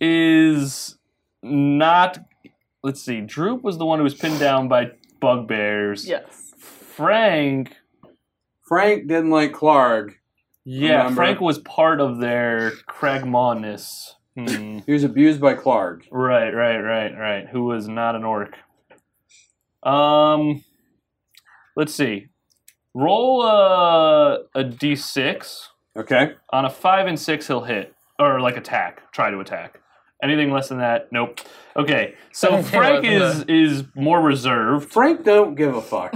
Speaker 4: is not. Let's see. Droop was the one who was pinned down by bugbears.
Speaker 2: Yes.
Speaker 4: Frank.
Speaker 1: Frank didn't like Clark.
Speaker 4: Yeah,
Speaker 1: Remember.
Speaker 4: Frank was part of their Cragmawness. Hmm.
Speaker 1: He was abused by Clark.
Speaker 4: [LAUGHS] Right, right, right, right. Who was not an orc? Um, let's see. Roll a a d6.
Speaker 1: Okay.
Speaker 4: On a five and six, he'll hit or like attack. Try to attack. Anything less than that, nope. Okay, so
Speaker 5: Anything
Speaker 4: Frank
Speaker 5: less
Speaker 4: is is more reserved.
Speaker 1: Frank don't give a fuck.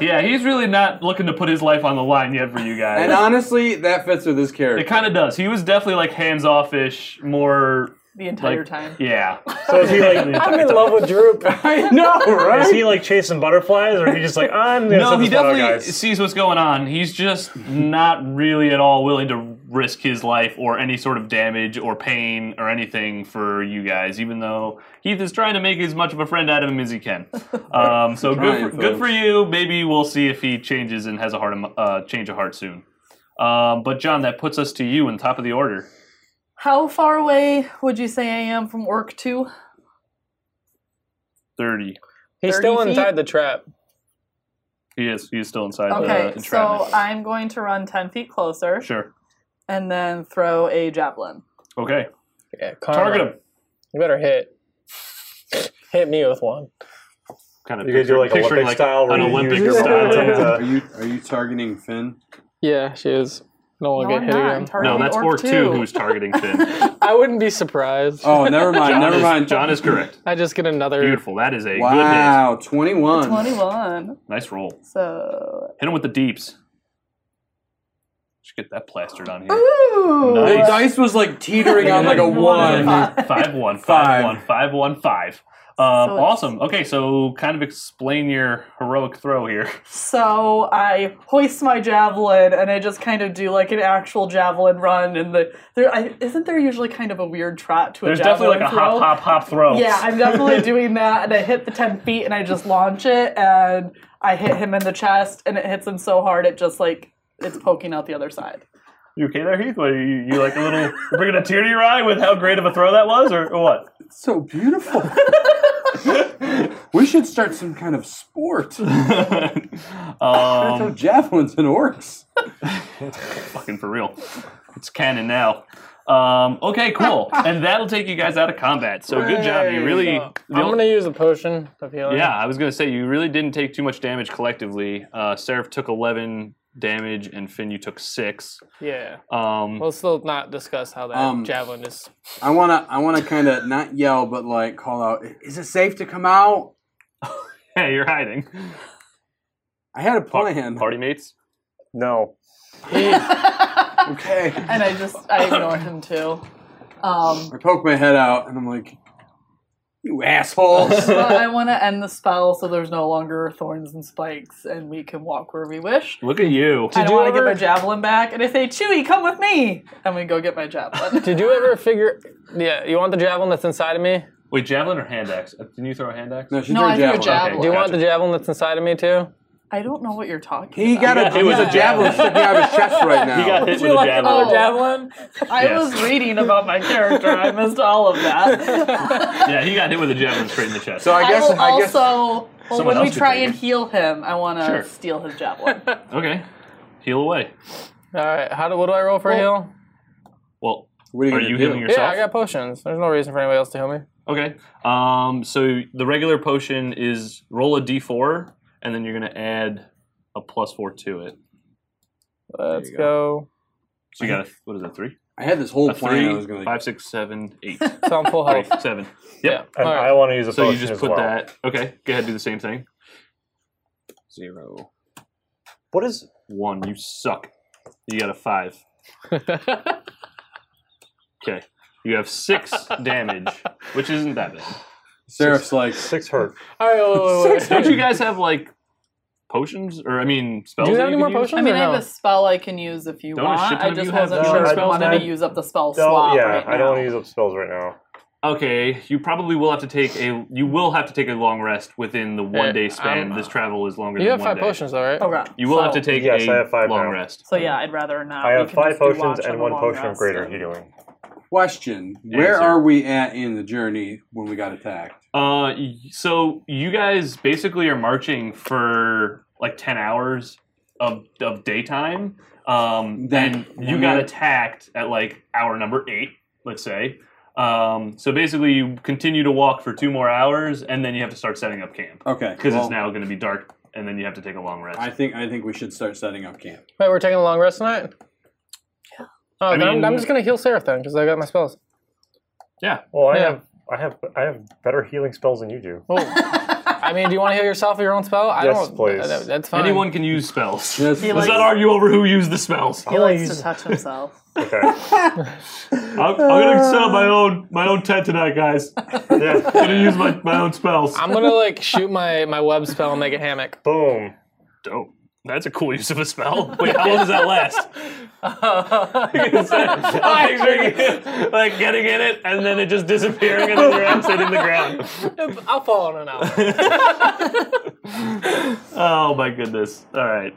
Speaker 4: Yeah, he's really not looking to put his life on the line yet for you guys.
Speaker 1: And honestly, that fits with his
Speaker 4: it
Speaker 1: character.
Speaker 4: kind of does. He was definitely like hands offish, more
Speaker 2: The entire
Speaker 4: Like-
Speaker 2: time.
Speaker 4: yeah.
Speaker 3: So is he
Speaker 4: [LAUGHS]
Speaker 3: like?
Speaker 5: I'm in love
Speaker 3: [LAUGHS]
Speaker 5: with Droop.
Speaker 1: [LAUGHS] I know, right?
Speaker 3: Is he like chasing butterflies, or he just like I'm gonna
Speaker 4: No,
Speaker 3: set
Speaker 4: he
Speaker 3: this battle,
Speaker 4: definitely
Speaker 3: guys.
Speaker 4: sees what's going on. He's just not really at all willing to risk his life or any sort of damage or pain or anything for you guys, even though Heath is trying to make as much of a friend out of him as he
Speaker 3: [LAUGHS]
Speaker 4: can. Um, so
Speaker 1: Trying,
Speaker 4: good, for, good
Speaker 1: folks.
Speaker 4: for you. Maybe we'll see if he changes and has a heart em- uh, change of heart soon. Um, but John, that puts us to you in top of the order.
Speaker 2: How far away would you say I am from Orc 2?
Speaker 4: Uh, Thirty.
Speaker 5: He's
Speaker 2: 30
Speaker 5: still
Speaker 2: feet?
Speaker 5: inside the trap.
Speaker 4: He is. He is still inside uh,
Speaker 2: Okay,
Speaker 4: the
Speaker 2: so
Speaker 4: entrapment.
Speaker 2: I'm going to run 10 feet closer
Speaker 4: sure.
Speaker 2: and then throw a javelin.
Speaker 4: Okay.
Speaker 5: Yeah,
Speaker 4: Target him.
Speaker 5: You better hit. Hit me with one.
Speaker 4: Kind of.
Speaker 3: You could do, like,
Speaker 4: picturing
Speaker 3: Olympic style where
Speaker 4: an
Speaker 3: you use
Speaker 4: Olympic [LAUGHS]
Speaker 3: your
Speaker 4: style.
Speaker 3: momentum
Speaker 1: are
Speaker 3: to-
Speaker 1: you are you targeting Finn?
Speaker 5: Yeah, she is. No, I'll
Speaker 2: No,
Speaker 5: get
Speaker 2: I'm
Speaker 5: hit
Speaker 2: not.
Speaker 5: again.
Speaker 2: I'm targeting
Speaker 4: No, that's
Speaker 2: Orc
Speaker 4: Orc
Speaker 2: two.
Speaker 4: Two who's
Speaker 2: [LAUGHS]
Speaker 4: targeting Finn.
Speaker 5: I wouldn't be surprised.
Speaker 1: Oh, never mind.
Speaker 4: John
Speaker 1: never
Speaker 4: is,
Speaker 1: mind.
Speaker 4: John is correct.
Speaker 5: I just get another.
Speaker 4: Beautiful. That is a good
Speaker 1: Wow, 21.
Speaker 2: 21.
Speaker 4: hit. Nice roll.
Speaker 2: So.
Speaker 4: Hit him with the deeps. Should get that plastered on here.
Speaker 2: Ooh!
Speaker 1: The
Speaker 4: Nice.
Speaker 1: dice was like teetering on like a
Speaker 2: One.
Speaker 1: one.
Speaker 4: [LAUGHS] Five one
Speaker 1: Five.
Speaker 4: five one five one five. Um,
Speaker 2: So it's-
Speaker 4: awesome. Okay, so kind of explain your heroic throw here. [LAUGHS]
Speaker 2: So I hoist my javelin and I just kind of do like an actual javelin run. And the there I, isn't there usually kind of a weird trot to a
Speaker 4: There's
Speaker 2: javelin
Speaker 4: definitely like a
Speaker 2: throw?
Speaker 4: hop, hop, hop throw.
Speaker 2: Yeah, I'm
Speaker 5: [LAUGHS]
Speaker 2: definitely doing that. And I hit the 10 feet and I just launch it and I hit him in the chest and it hits him so hard it just like it's poking out the other side.
Speaker 4: You okay there, Heath? What, you, you like a little you're bringing a tear to your eye with how great of a throw that was, or, or what? [LAUGHS]
Speaker 1: So beautiful. we should start some kind of sport. That's how
Speaker 4: um,
Speaker 1: javelins and orcs.
Speaker 4: fucking for real. It's canon now. Um,
Speaker 2: [LAUGHS]
Speaker 4: okay, cool. And that'll take you guys out of combat. So good job. You really.
Speaker 5: I'm gonna use a potion of healing.
Speaker 4: Yeah, I was gonna say you really didn't take too much damage collectively. Uh, Seraph took eleven damage, and Finn you took six.
Speaker 5: Yeah.
Speaker 4: Um, [LAUGHS]
Speaker 5: Well, Let's still not discuss how that
Speaker 1: Um,
Speaker 5: javelin is.
Speaker 1: I wanna I wanna kinda not yell but like call out is it safe to come out?
Speaker 4: hey, you're hiding.
Speaker 1: I had a
Speaker 4: Pa-
Speaker 1: plan.
Speaker 4: Party mates.
Speaker 3: No.
Speaker 2: and
Speaker 1: [LAUGHS] Okay.
Speaker 2: I just I ignore him too. Um
Speaker 1: I poke my head out and I'm like, You
Speaker 4: [LAUGHS]
Speaker 1: assholes.
Speaker 2: but I want to end the spell so there's no longer thorns and spikes and we can walk where we wish.
Speaker 4: Look at you.
Speaker 2: I
Speaker 5: you
Speaker 2: don't want to get
Speaker 5: ever-
Speaker 2: my javelin back, and I say, "Chewy, come with me," and we go get my javelin.
Speaker 5: Did you ever figure? Yeah, you want the javelin that's inside of me?
Speaker 4: Wait, javelin or hand axe? Uh, Didn't you throw a hand axe?
Speaker 1: No, she
Speaker 2: No,
Speaker 1: threw
Speaker 2: I
Speaker 1: a
Speaker 2: threw a
Speaker 1: javelin.
Speaker 2: javelin.
Speaker 5: Do you want
Speaker 4: Gotcha.
Speaker 5: the javelin that's inside of me too?
Speaker 2: I don't know what you're
Speaker 5: [LAUGHS]
Speaker 2: talking.
Speaker 1: He got
Speaker 4: got [LAUGHS]
Speaker 1: a,
Speaker 4: hit
Speaker 1: he
Speaker 4: with
Speaker 1: has
Speaker 4: a
Speaker 1: a javelin sticking out of his
Speaker 4: [LAUGHS]
Speaker 1: chest right now.
Speaker 4: You got hit
Speaker 5: Would you
Speaker 4: with a
Speaker 5: like
Speaker 4: javelin.
Speaker 5: another [LAUGHS] javelin?
Speaker 2: I
Speaker 4: Yes.
Speaker 2: was reading about my character. I missed all of that.
Speaker 4: Yeah, he got hit with a javelin straight in the chest.
Speaker 1: So I guess
Speaker 2: will
Speaker 1: I, guess
Speaker 2: also. Well,
Speaker 4: Someone
Speaker 2: when we
Speaker 4: else could
Speaker 2: try
Speaker 4: take
Speaker 2: and
Speaker 4: it.
Speaker 2: heal him, I want to
Speaker 4: Sure.
Speaker 2: steal his javelin.
Speaker 4: okay, heal away.
Speaker 5: [LAUGHS] All right. How do what do I roll for
Speaker 2: Well-
Speaker 5: heal?
Speaker 4: Well,
Speaker 1: what are you,
Speaker 4: are
Speaker 1: gonna
Speaker 4: you
Speaker 1: do?
Speaker 4: healing yourself?
Speaker 5: Yeah, I got potions. There's no reason for anybody else to heal me.
Speaker 4: Okay. Um, so the regular potion is roll a d4, and then you're gonna add a plus four to it.
Speaker 5: Let's
Speaker 1: you
Speaker 5: go.
Speaker 4: So you got a what is that three?
Speaker 1: I had this whole
Speaker 4: A
Speaker 1: plan I
Speaker 4: three,
Speaker 1: was gonna
Speaker 4: five, six, seven, eight,
Speaker 5: [LAUGHS] So I'm full
Speaker 4: three,
Speaker 5: health.
Speaker 4: seven. Oh, Yep.
Speaker 5: Yeah.
Speaker 3: And
Speaker 5: all right.
Speaker 3: I want to use a
Speaker 4: So
Speaker 3: potion
Speaker 4: you just
Speaker 3: as
Speaker 4: put
Speaker 3: well.
Speaker 4: that. Okay. Go ahead. Do the same thing. Zero,
Speaker 3: What is?
Speaker 4: one. You suck. You got a five. Okay. You have
Speaker 5: [LAUGHS]
Speaker 4: six damage, which isn't that bad.
Speaker 1: Seraph's like
Speaker 3: Six hurt.
Speaker 5: [LAUGHS] all right. Wait, wait, wait.
Speaker 4: Don't you guys have like potions or I mean spells?
Speaker 5: Do you
Speaker 4: that
Speaker 5: have any
Speaker 4: could
Speaker 5: more
Speaker 4: use?
Speaker 5: potions?
Speaker 2: I mean, I have
Speaker 5: no?
Speaker 2: a spell I can use if you
Speaker 4: Don't a shit
Speaker 2: want.
Speaker 4: ton
Speaker 2: I
Speaker 4: of
Speaker 2: just
Speaker 4: you have
Speaker 2: wasn't
Speaker 3: those
Speaker 2: sure if I
Speaker 3: spells
Speaker 2: wanted
Speaker 3: then?
Speaker 2: to use up the spell
Speaker 3: Don't-
Speaker 2: slot.
Speaker 3: yeah,
Speaker 2: right
Speaker 3: I don't
Speaker 2: now.
Speaker 3: want
Speaker 2: Uh,
Speaker 3: to use up spells right now.
Speaker 4: Okay, you probably will have to take a you will have to take a long rest within the one day
Speaker 5: Eh, I'm-
Speaker 4: span. this travel is longer
Speaker 5: You
Speaker 4: than
Speaker 5: have
Speaker 4: one
Speaker 5: five
Speaker 4: day.
Speaker 5: potions, though, right?
Speaker 2: Okay.
Speaker 4: You will
Speaker 2: so,
Speaker 4: have to take
Speaker 3: Yes,
Speaker 4: a
Speaker 3: I have five
Speaker 4: long
Speaker 3: now.
Speaker 4: rest.
Speaker 2: So yeah, I'd rather not.
Speaker 3: I
Speaker 2: We
Speaker 3: have
Speaker 2: can
Speaker 3: five
Speaker 2: just do
Speaker 3: potions
Speaker 2: watch on
Speaker 3: and
Speaker 2: the
Speaker 3: one
Speaker 2: long
Speaker 3: potion of
Speaker 2: rest.
Speaker 3: greater healing.
Speaker 1: question. Where
Speaker 4: Answer.
Speaker 1: are we at in the journey when we got attacked?
Speaker 4: Uh y- so you guys basically are marching for like 10 hours of of daytime. Um
Speaker 1: Then-
Speaker 4: and you got
Speaker 1: yeah.
Speaker 4: attacked at like hour number 8, let's say. Um so basically you continue to walk for two more hours and then you have to start setting up camp
Speaker 1: Okay.
Speaker 4: because
Speaker 1: well,
Speaker 4: it's now going to be dark and then you have to take a long rest.
Speaker 1: I think I think we should start setting up camp.
Speaker 5: Wait, we're taking a long rest tonight. Oh,
Speaker 4: I
Speaker 5: then I'm, I'm
Speaker 4: mean-
Speaker 5: just gonna heal Seraph then, because I got my spells.
Speaker 3: Well, I
Speaker 5: Yeah.
Speaker 3: have, I have, I have better healing spells than you do.
Speaker 5: Oh. [LAUGHS] I mean, do you want to heal yourself with your own spell? I
Speaker 3: Yes,
Speaker 5: don't.
Speaker 3: please.
Speaker 5: that- that's fine.
Speaker 4: Anyone can use spells.
Speaker 1: Yes.
Speaker 2: He likes-
Speaker 4: Let's not argue over who used the spells.
Speaker 2: He
Speaker 3: Oh,
Speaker 2: likes
Speaker 3: he's-
Speaker 2: to touch himself. [LAUGHS]
Speaker 3: Okay.
Speaker 4: I'm, I'm gonna set up my own my own tent tonight, guys. I'm
Speaker 3: yeah.
Speaker 4: gonna use my, my own spells.
Speaker 5: I'm gonna like shoot my my web spell and make it hammock.
Speaker 3: Boom.
Speaker 4: Dope. That's a cool use of a spell. Wait, how long does that last? [LAUGHS] like, drinking- like getting in it and then it just disappearing and then you're out sitting in the ground.
Speaker 5: [LAUGHS] I'll fall on an hour.
Speaker 4: Oh my goodness. All right.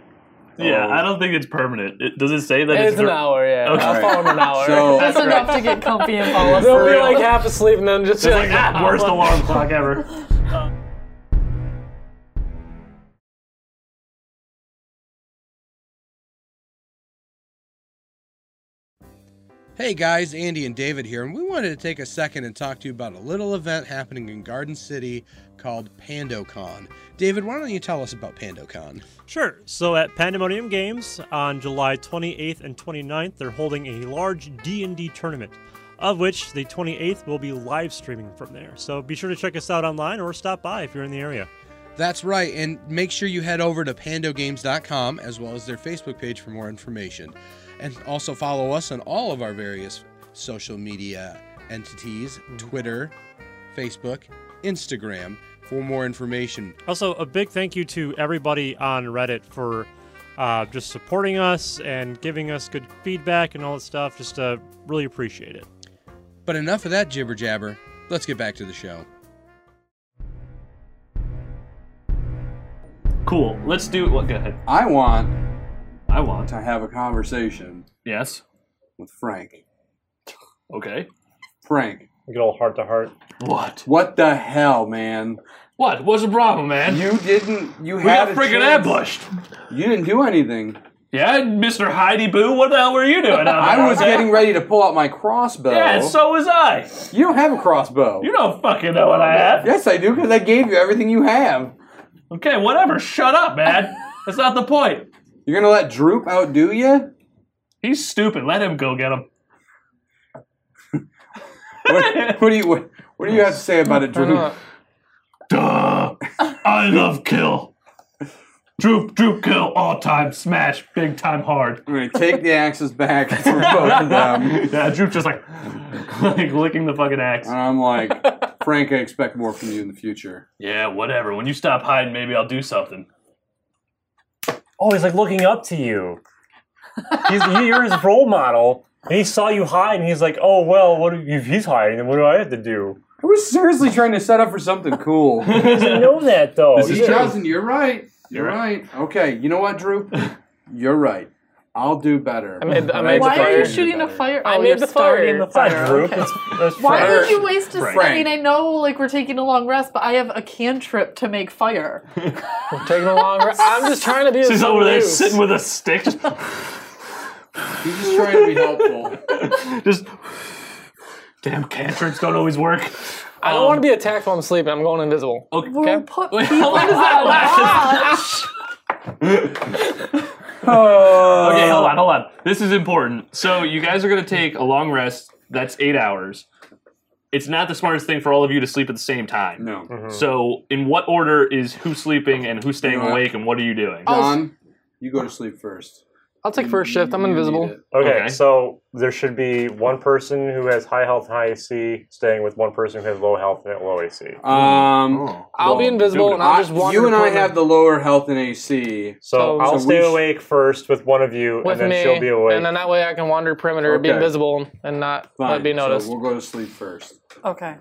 Speaker 4: Yeah,
Speaker 1: Oh.
Speaker 4: I don't think it's permanent. It, does it say that it's,
Speaker 5: [LAUGHS] It's an
Speaker 4: per-
Speaker 5: hour, yeah.
Speaker 4: Okay.
Speaker 5: I'll fall on an hour.
Speaker 1: So
Speaker 2: [LAUGHS] That's enough to get comfy and fall
Speaker 5: They'll
Speaker 2: asleep.
Speaker 5: be like half asleep and then just
Speaker 4: It's
Speaker 5: like,
Speaker 4: like the worst alarm clock ever.
Speaker 6: Hey guys, Andy and David here, and we wanted to take a second and talk to you about a little event happening in Garden City called PandoCon. David, why don't you tell us about PandoCon?
Speaker 7: Sure. So at Pandemonium Games on July 28th and 29th, they're holding a large D&D tournament, of which the 28th will be live streaming from there. So be sure to check us out online or stop by if you're in the area.
Speaker 6: That's right, and make sure you head over to pandogames.com as well as their Facebook page for more information. And also follow us on all of our various social media entities Twitter, Facebook, Instagram for more information.
Speaker 7: Also, a big thank you to everybody on Reddit for uh, just supporting us and giving us good feedback and all that stuff. Just uh, really appreciate it.
Speaker 6: But enough of that jibber jabber. Let's get back to the show.
Speaker 4: Cool. Let's do. Well, go ahead.
Speaker 1: I want
Speaker 4: I want.
Speaker 1: to have a conversation
Speaker 4: Yes.
Speaker 1: with Frank.
Speaker 4: Okay.
Speaker 1: Frank,
Speaker 3: Good old heart to heart.
Speaker 4: What?
Speaker 1: what the hell, man?
Speaker 4: What? What's the problem, man?
Speaker 1: You didn't. You
Speaker 4: we
Speaker 1: had
Speaker 4: got
Speaker 1: a
Speaker 4: freaking
Speaker 1: chance.
Speaker 4: ambushed.
Speaker 1: You didn't do anything.
Speaker 4: Yeah, Mr. Heidi Boo. What the hell were you doing?
Speaker 1: [LAUGHS]
Speaker 4: out
Speaker 1: I
Speaker 4: there?
Speaker 1: was getting ready to pull out my crossbow.
Speaker 4: [LAUGHS] Yeah, so was I.
Speaker 1: you don't have a crossbow.
Speaker 4: You don't fucking know what I had.
Speaker 1: Yes, I do, because I gave you everything you have.
Speaker 4: Okay, whatever. Shut up, man. That's not the point.
Speaker 1: You're gonna let Droop outdo you?
Speaker 4: He's stupid. Let him go get him.
Speaker 1: [LAUGHS] What, what do you what, what do you have to say about it,
Speaker 5: Why
Speaker 1: Droop?
Speaker 5: not?
Speaker 4: Duh. I love kill. Droop, droop, kill. All time smash. Big time hard.
Speaker 1: I'm gonna take the axes back from both of them,
Speaker 4: Yeah, droop just like, [LAUGHS] like licking the fucking axe.
Speaker 1: and I'm like, Frank, I expect more from you in the future.
Speaker 4: Yeah, whatever. When you stop hiding, maybe I'll do something.
Speaker 3: Oh, he's like looking up to you. He's he- you're his role model, and he saw you hide, and he's like, "Oh well, what do- if he's hiding? Then what do I have to do?"
Speaker 1: I was seriously trying to set up for something cool.
Speaker 3: He doesn't know that though.
Speaker 4: This is
Speaker 3: He-
Speaker 4: true.
Speaker 1: Johnson, you're right. You're,
Speaker 4: You're
Speaker 1: right. Okay, you know what, [LAUGHS] Drew? you're right. I'll do better.
Speaker 5: I made the- I made
Speaker 2: Why
Speaker 5: the
Speaker 2: are you
Speaker 5: fire.
Speaker 2: shooting a fire? Oh,
Speaker 5: I made
Speaker 2: you're
Speaker 5: the
Speaker 2: starting
Speaker 5: fire.
Speaker 2: the
Speaker 3: That's
Speaker 2: fire.
Speaker 3: not Droop.
Speaker 2: okay.
Speaker 3: That's, that's
Speaker 2: Why
Speaker 3: Frank.
Speaker 2: would you waste a?
Speaker 4: Frank.
Speaker 2: I mean, I know like we're taking a long rest, but I have a cantrip to make fire.
Speaker 5: Taking a long rest. I'm just trying to [LAUGHS] be.
Speaker 4: She's over there sitting with a stick, just, [LAUGHS]
Speaker 1: He's just trying to be helpful.
Speaker 5: [LAUGHS]
Speaker 4: just. Damn, cantrips don't always work.
Speaker 5: I don't want to be attacked while I'm sleeping. I'm going invisible.
Speaker 4: Okay.
Speaker 2: We'll [LAUGHS] put people in that
Speaker 4: [LAUGHS]
Speaker 5: Oh.
Speaker 4: Okay, hold on, hold on. This is important. So you guys are gonna take a long rest. That's eight hours. It's not the smartest thing for all of you to sleep at the same time.
Speaker 1: No.
Speaker 4: So, in what order is who sleeping and who's staying
Speaker 1: You know what?
Speaker 4: awake, and what are you doing?
Speaker 1: Don, you go to sleep first.
Speaker 5: I'll take first shift. I'm
Speaker 1: You need
Speaker 5: invisible.
Speaker 1: it.
Speaker 3: Okay,
Speaker 4: Okay.
Speaker 3: so there should be one person who has high health, high AC, staying with one person who has low health and low AC.
Speaker 1: Um,
Speaker 5: I'll be
Speaker 1: Well,
Speaker 5: invisible,
Speaker 4: dude,
Speaker 5: and I'll just
Speaker 1: I-
Speaker 5: wander.
Speaker 1: you and I
Speaker 5: the. corner.
Speaker 1: have the lower health and AC.
Speaker 3: So
Speaker 5: So-
Speaker 3: I'll
Speaker 1: so
Speaker 3: stay
Speaker 1: we sh-
Speaker 3: awake first with one of you,
Speaker 5: with
Speaker 3: and then
Speaker 5: me,
Speaker 3: she'll be awake.
Speaker 5: and then that way I can wander perimeter, be
Speaker 1: Okay.
Speaker 5: invisible, and not
Speaker 1: Fine.
Speaker 5: not be noticed.
Speaker 1: So we'll go to sleep first.
Speaker 2: lava. okay,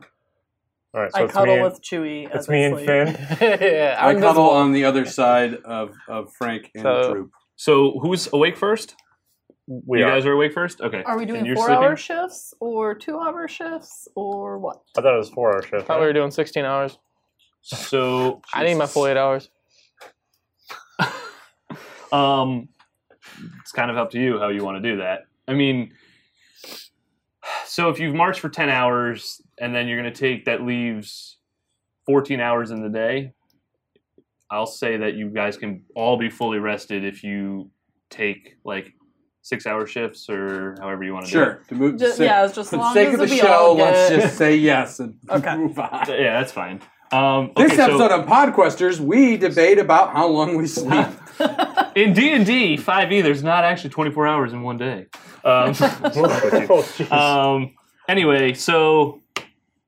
Speaker 3: All right, so
Speaker 2: I
Speaker 3: it's me,
Speaker 2: cuddle
Speaker 3: and,
Speaker 2: with Chewy.
Speaker 3: it's
Speaker 2: as
Speaker 3: me
Speaker 2: I
Speaker 3: and
Speaker 2: sleep.
Speaker 3: Finn.
Speaker 5: [LAUGHS] yeah,
Speaker 1: i
Speaker 5: I'm
Speaker 1: cuddle
Speaker 5: invisible.
Speaker 1: on the other side of, of Frank and
Speaker 5: So-
Speaker 1: Droop.
Speaker 4: So, who's awake first?
Speaker 3: We
Speaker 4: you
Speaker 3: are.
Speaker 4: guys are awake first. Okay.
Speaker 2: Are we
Speaker 4: And
Speaker 2: doing
Speaker 4: you're
Speaker 2: four-hour shifts or two-hour shifts or [LAUGHS] what?
Speaker 3: I thought it was four hour shift.
Speaker 5: Thought we
Speaker 3: [LAUGHS]
Speaker 5: were doing 16 hours.
Speaker 4: So,
Speaker 5: I need my full eight hours.
Speaker 4: Um, it's kind of up to you how you want to do that. I mean, so if you've marched for 10 hours and then you're going to take that leaves 14 hours in the day, I'll say that you guys can all be fully rested if you take like six hour shifts or however you want to do it.
Speaker 1: Sure. To move,
Speaker 2: Just,
Speaker 1: say-
Speaker 2: yeah, it's just
Speaker 1: For the
Speaker 2: long
Speaker 1: sake
Speaker 2: as
Speaker 1: of the
Speaker 2: we
Speaker 1: show,
Speaker 2: all
Speaker 1: let's
Speaker 2: get-
Speaker 1: just say yes and [LAUGHS]
Speaker 2: Okay.
Speaker 1: move on.
Speaker 4: Th- Yeah, that's fine. Um,
Speaker 1: This
Speaker 4: okay, so
Speaker 1: episode of Podquesters, we debate about how long we
Speaker 4: [LAUGHS]
Speaker 1: sleep.
Speaker 4: in D and D 5e, there's not actually 24 hours in one day.
Speaker 1: [LAUGHS]
Speaker 4: Um,
Speaker 3: oh, jeez.
Speaker 5: Uh,
Speaker 4: um, anyway, so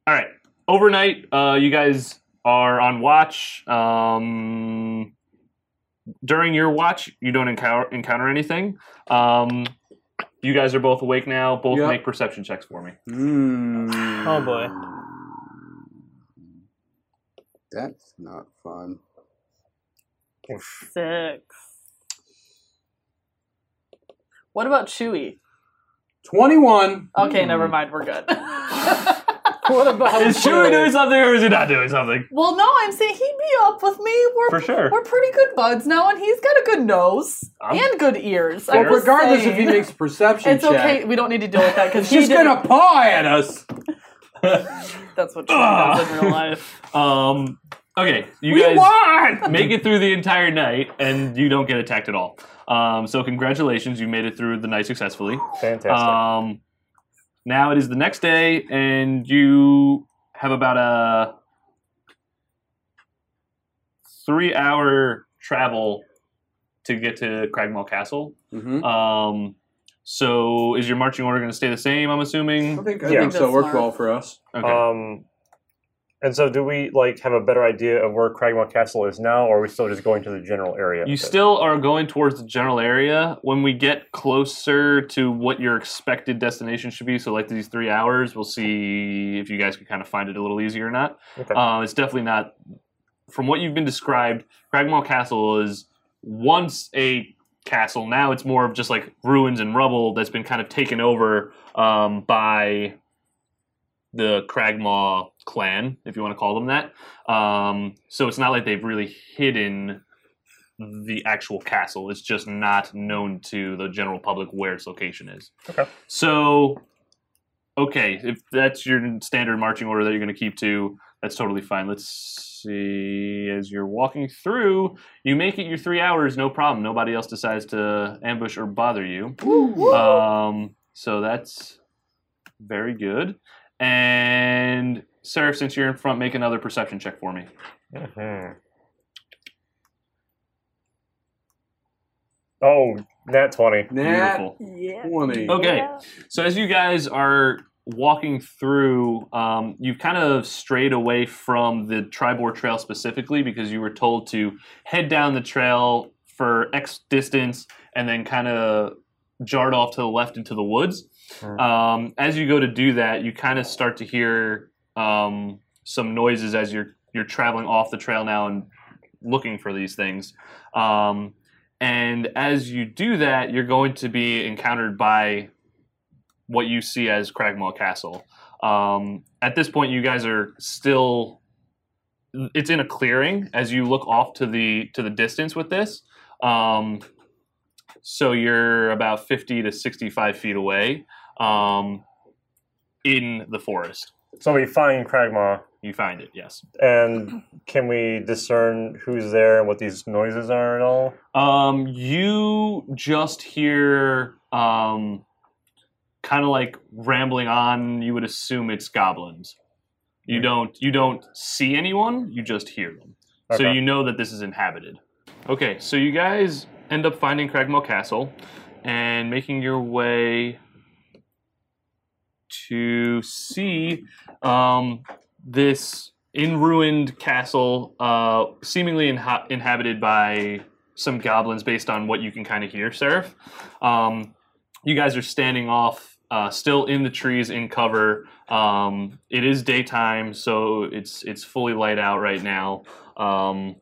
Speaker 4: all right, overnight, uh, you guys are on watch. Um, during your watch, you don't encounter encounter anything. Um, you guys are both awake now. Both
Speaker 1: Yep.
Speaker 4: make perception checks for me.
Speaker 2: Hmm.
Speaker 1: Mm.
Speaker 5: Oh, boy.
Speaker 1: That's not fun.
Speaker 2: Six. What about Chewy?
Speaker 1: Twenty-one.
Speaker 2: [LAUGHS] Okay, never mind. We're good.
Speaker 5: [LAUGHS] What about
Speaker 1: Oh,
Speaker 4: Is Chewie doing something or is he not doing something?
Speaker 2: Well, no, I'm saying he'd be up with me. We're
Speaker 4: For sure.
Speaker 2: We're pretty good buds now, and he's got a good nose
Speaker 4: I'm-
Speaker 2: and good ears.
Speaker 4: Well,
Speaker 2: I'm just
Speaker 1: Regardless if
Speaker 2: saying.
Speaker 1: he makes a perception
Speaker 2: It's
Speaker 1: check,
Speaker 2: okay. We don't need to deal with that because
Speaker 1: she's gonna paw at us.
Speaker 2: That's what she does in real [LAUGHS] life.
Speaker 4: Um, okay, you
Speaker 1: We
Speaker 4: guys
Speaker 1: won.
Speaker 4: make it through the entire night and you don't get attacked at all. Um, so congratulations, you made it through the night successfully.
Speaker 3: Fantastic.
Speaker 4: Um, now it is the next day, and you have about a three-hour travel to get to Cragmaw Castle.
Speaker 2: Mm-hmm.
Speaker 1: Mhm.
Speaker 4: Um, so is your marching order going to stay the same? I'm
Speaker 1: I
Speaker 4: assuming.
Speaker 1: think I
Speaker 3: Yeah.
Speaker 1: think so.
Speaker 2: That's
Speaker 1: Worked
Speaker 2: smart.
Speaker 1: well for us.
Speaker 4: Okay.
Speaker 3: Um, and so, do we like have a better idea of where Cragmaw Castle is now, or are we still just going to the general area?
Speaker 4: you
Speaker 3: of it?
Speaker 4: still are going towards the general area. When we get closer to what your expected destination should be, so like these three hours, we'll see if you guys can kind of find it a little easier or not.
Speaker 3: Okay.
Speaker 4: Uh, it's definitely not. From what you've been described, Cragmaw Castle is once a castle. Now it's more of just like ruins and rubble that's been kind of taken over um, by the Cragmaw clan, if you want to call them that. Um, so it's not like they've really hidden the actual castle. It's just not known to the general public where its location is.
Speaker 3: Okay.
Speaker 4: So, okay, if that's your standard marching order that you're going to keep to, that's totally fine. Let's see. As you're walking through, you make it your three hours, no problem. Nobody else decides to ambush or bother you. Um, so that's very good. And Seraph, since you're in front, make another perception check for me.
Speaker 3: Mhm. Oh, nat twenty.
Speaker 1: Nat
Speaker 4: Beautiful.
Speaker 2: Yeah.
Speaker 1: twenty.
Speaker 4: Okay. So as you guys are walking through, um, you've kind of strayed away from the Tribor Trail specifically because you were told to head down the trail for X distance and then kind of jarred off to the left into the woods.
Speaker 3: Hmm.
Speaker 4: Um, as you go to do that, you kind of start to hear um, some noises as you're you're traveling off the trail now and looking for these things. Um, and as you do that, you're going to be encountered by what you see as Cragmaw Castle. Um, at this point, you guys are still. It's in a clearing as you look off to the to the distance with this. Um, so you're about fifty to sixty-five feet away um, in the forest.
Speaker 3: So we find Cragmaw,
Speaker 4: You find it, yes.
Speaker 3: and can we discern who's there and what these noises are at all?
Speaker 4: Um, you just hear um, kind of like rambling on. You would assume it's goblins. You don't you don't see anyone. You just hear them. So
Speaker 3: Okay.
Speaker 4: you know that this is inhabited. Okay, so you guys end up finding Cragmaw Castle and making your way to see um, this in ruined castle, uh, seemingly inha- inhabited by some goblins based on what you can kind of hear, Seraph. Um, you guys are standing off, uh, still in the trees in cover. Um, it is daytime, so it's it's fully light out right now. Um,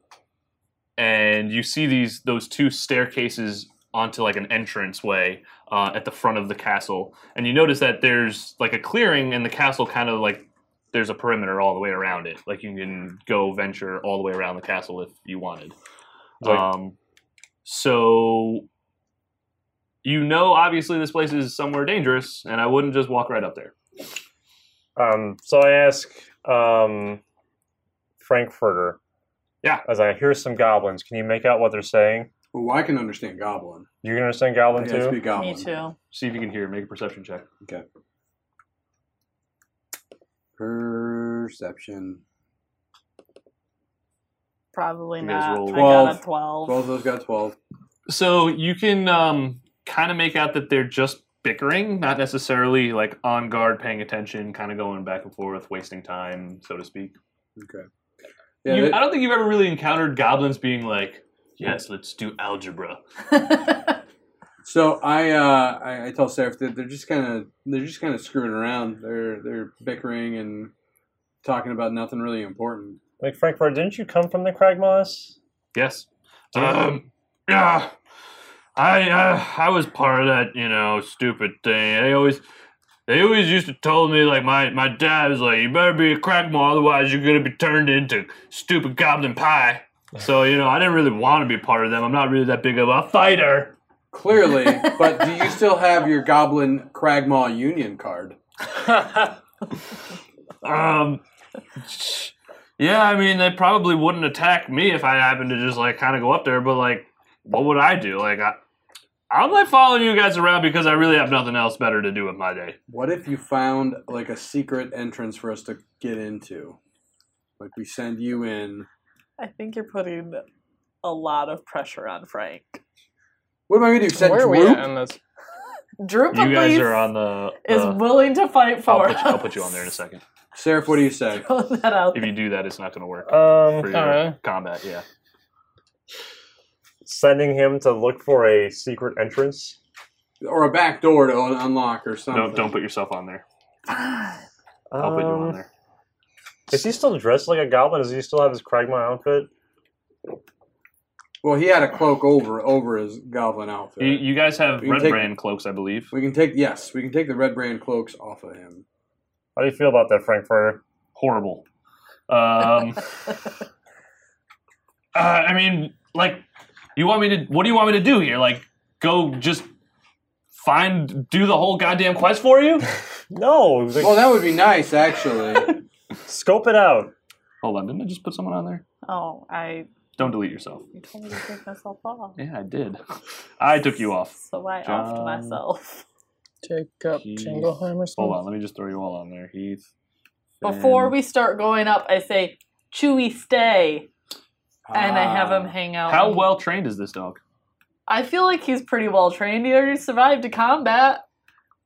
Speaker 4: and you see these those two staircases onto like an entrance way uh, at the front of the castle, and you notice that there's like a clearing, and the castle kind of like there's a perimeter all the way around it. Like you can go venture all the way around the castle if you wanted.
Speaker 3: Like-
Speaker 4: Um, so you know, obviously, this place is somewhere dangerous, and I wouldn't just walk right up there.
Speaker 3: Um, so I ask um, Frankfurter.
Speaker 4: Yeah.
Speaker 3: As I hear some goblins, can you make out what they're saying?
Speaker 1: Ooh, I can understand goblin.
Speaker 3: You can understand
Speaker 1: I
Speaker 3: goblin
Speaker 1: can
Speaker 3: too.
Speaker 1: speak goblin.
Speaker 2: Me too.
Speaker 4: See if you can hear. Make a perception check.
Speaker 1: Perception.
Speaker 2: Probably
Speaker 4: You
Speaker 2: not.
Speaker 4: guys roll-
Speaker 2: I got
Speaker 1: 12.
Speaker 2: a 12.
Speaker 1: Both of those got twelve.
Speaker 4: So you can um, kind of make out that they're just bickering, not necessarily like on guard, paying attention, kind of going back and forth, wasting time, so to speak.
Speaker 1: Okay. Yeah,
Speaker 4: You-
Speaker 1: that-
Speaker 4: I don't think you've ever really encountered goblins being like, "Yes, let's do algebra."
Speaker 1: So I, uh, I I tell Seraph that they're just kind of they're just kind of screwing around. They're they're bickering and talking about nothing really important.
Speaker 3: Like Frankfurter, didn't you come from the Cragmaws?
Speaker 4: Yes. Um, yeah. I uh, I was part of that, you know, stupid thing. They always They always used to tell me, like my my dad was like, "You better be a crackmore, otherwise you're gonna be turned into stupid goblin pie." So you know, I didn't really want to be part of them. I'm not really that big of a fighter.
Speaker 5: [LAUGHS]
Speaker 1: Clearly, but do you still have your Goblin Cragmaw Union card?
Speaker 4: Um, yeah, I mean, they probably wouldn't attack me if I happened to just like kind of go up there. But like, what would I do? Like, I, I'm like following you guys around because I really have nothing else better to do with my day.
Speaker 1: What if you found like a secret entrance for us to get into? Like we send you in.
Speaker 2: [LAUGHS] I think you're putting a lot of pressure on Frank.
Speaker 1: What am I gonna do? Send
Speaker 5: Where are we
Speaker 1: Droop?
Speaker 5: at in this?
Speaker 2: Droop
Speaker 4: you
Speaker 2: at
Speaker 4: guys
Speaker 2: least
Speaker 4: are on the.
Speaker 2: is
Speaker 4: uh,
Speaker 2: willing to fight
Speaker 4: I'll
Speaker 2: for
Speaker 4: put, you, I'll put you on there in a
Speaker 2: us.
Speaker 4: second.
Speaker 1: Seraph, what do you say?
Speaker 2: [LAUGHS] Throwing that out
Speaker 4: If you do that, it's not going to work for
Speaker 3: Um,
Speaker 4: your
Speaker 5: alright.
Speaker 4: combat. Yeah.
Speaker 3: sending him to look for a secret entrance.
Speaker 1: Or a back door to un- unlock or something? Uh,
Speaker 4: No, don't put yourself on there.
Speaker 3: I'll
Speaker 4: I'll put you on there.
Speaker 3: Um, Is he still dressed like a goblin? Does he still have his Kragma outfit?
Speaker 1: Well, he had a cloak over over his goblin outfit.
Speaker 4: You, you guys have
Speaker 1: You can
Speaker 4: red
Speaker 1: take-
Speaker 4: brand cloaks, I believe.
Speaker 1: we can take yes, we can take the red brand cloaks off of him.
Speaker 3: How do you feel about that, Frankfurter?
Speaker 4: Horrible.
Speaker 2: [LAUGHS]
Speaker 4: Um, uh, I mean, like, you want me to? What do you want me to do here? Like, go just find, do the whole goddamn quest for you?
Speaker 3: No, it was like,
Speaker 1: Well, Oh, that would be nice, actually.
Speaker 3: scope it out.
Speaker 4: Hold on, didn't I just put someone on there?
Speaker 2: [SIGHS] Oh, I
Speaker 4: Don't delete yourself.
Speaker 2: you told me to take myself off.
Speaker 4: Yeah, I did. [LAUGHS] I took you off.
Speaker 2: So I
Speaker 4: John.
Speaker 2: offed myself.
Speaker 5: Jacob
Speaker 4: Keith.
Speaker 5: Jingleheimer.
Speaker 4: Hold on, let me just throw you all on there, Heath.
Speaker 2: Before
Speaker 4: Finn.
Speaker 2: we start going up, I say, Chewy, stay. [LAUGHS] and I have him
Speaker 4: Ah.
Speaker 2: hang out.
Speaker 4: How well trained is this dog?
Speaker 2: I feel like he's pretty well trained. He already survived a combat.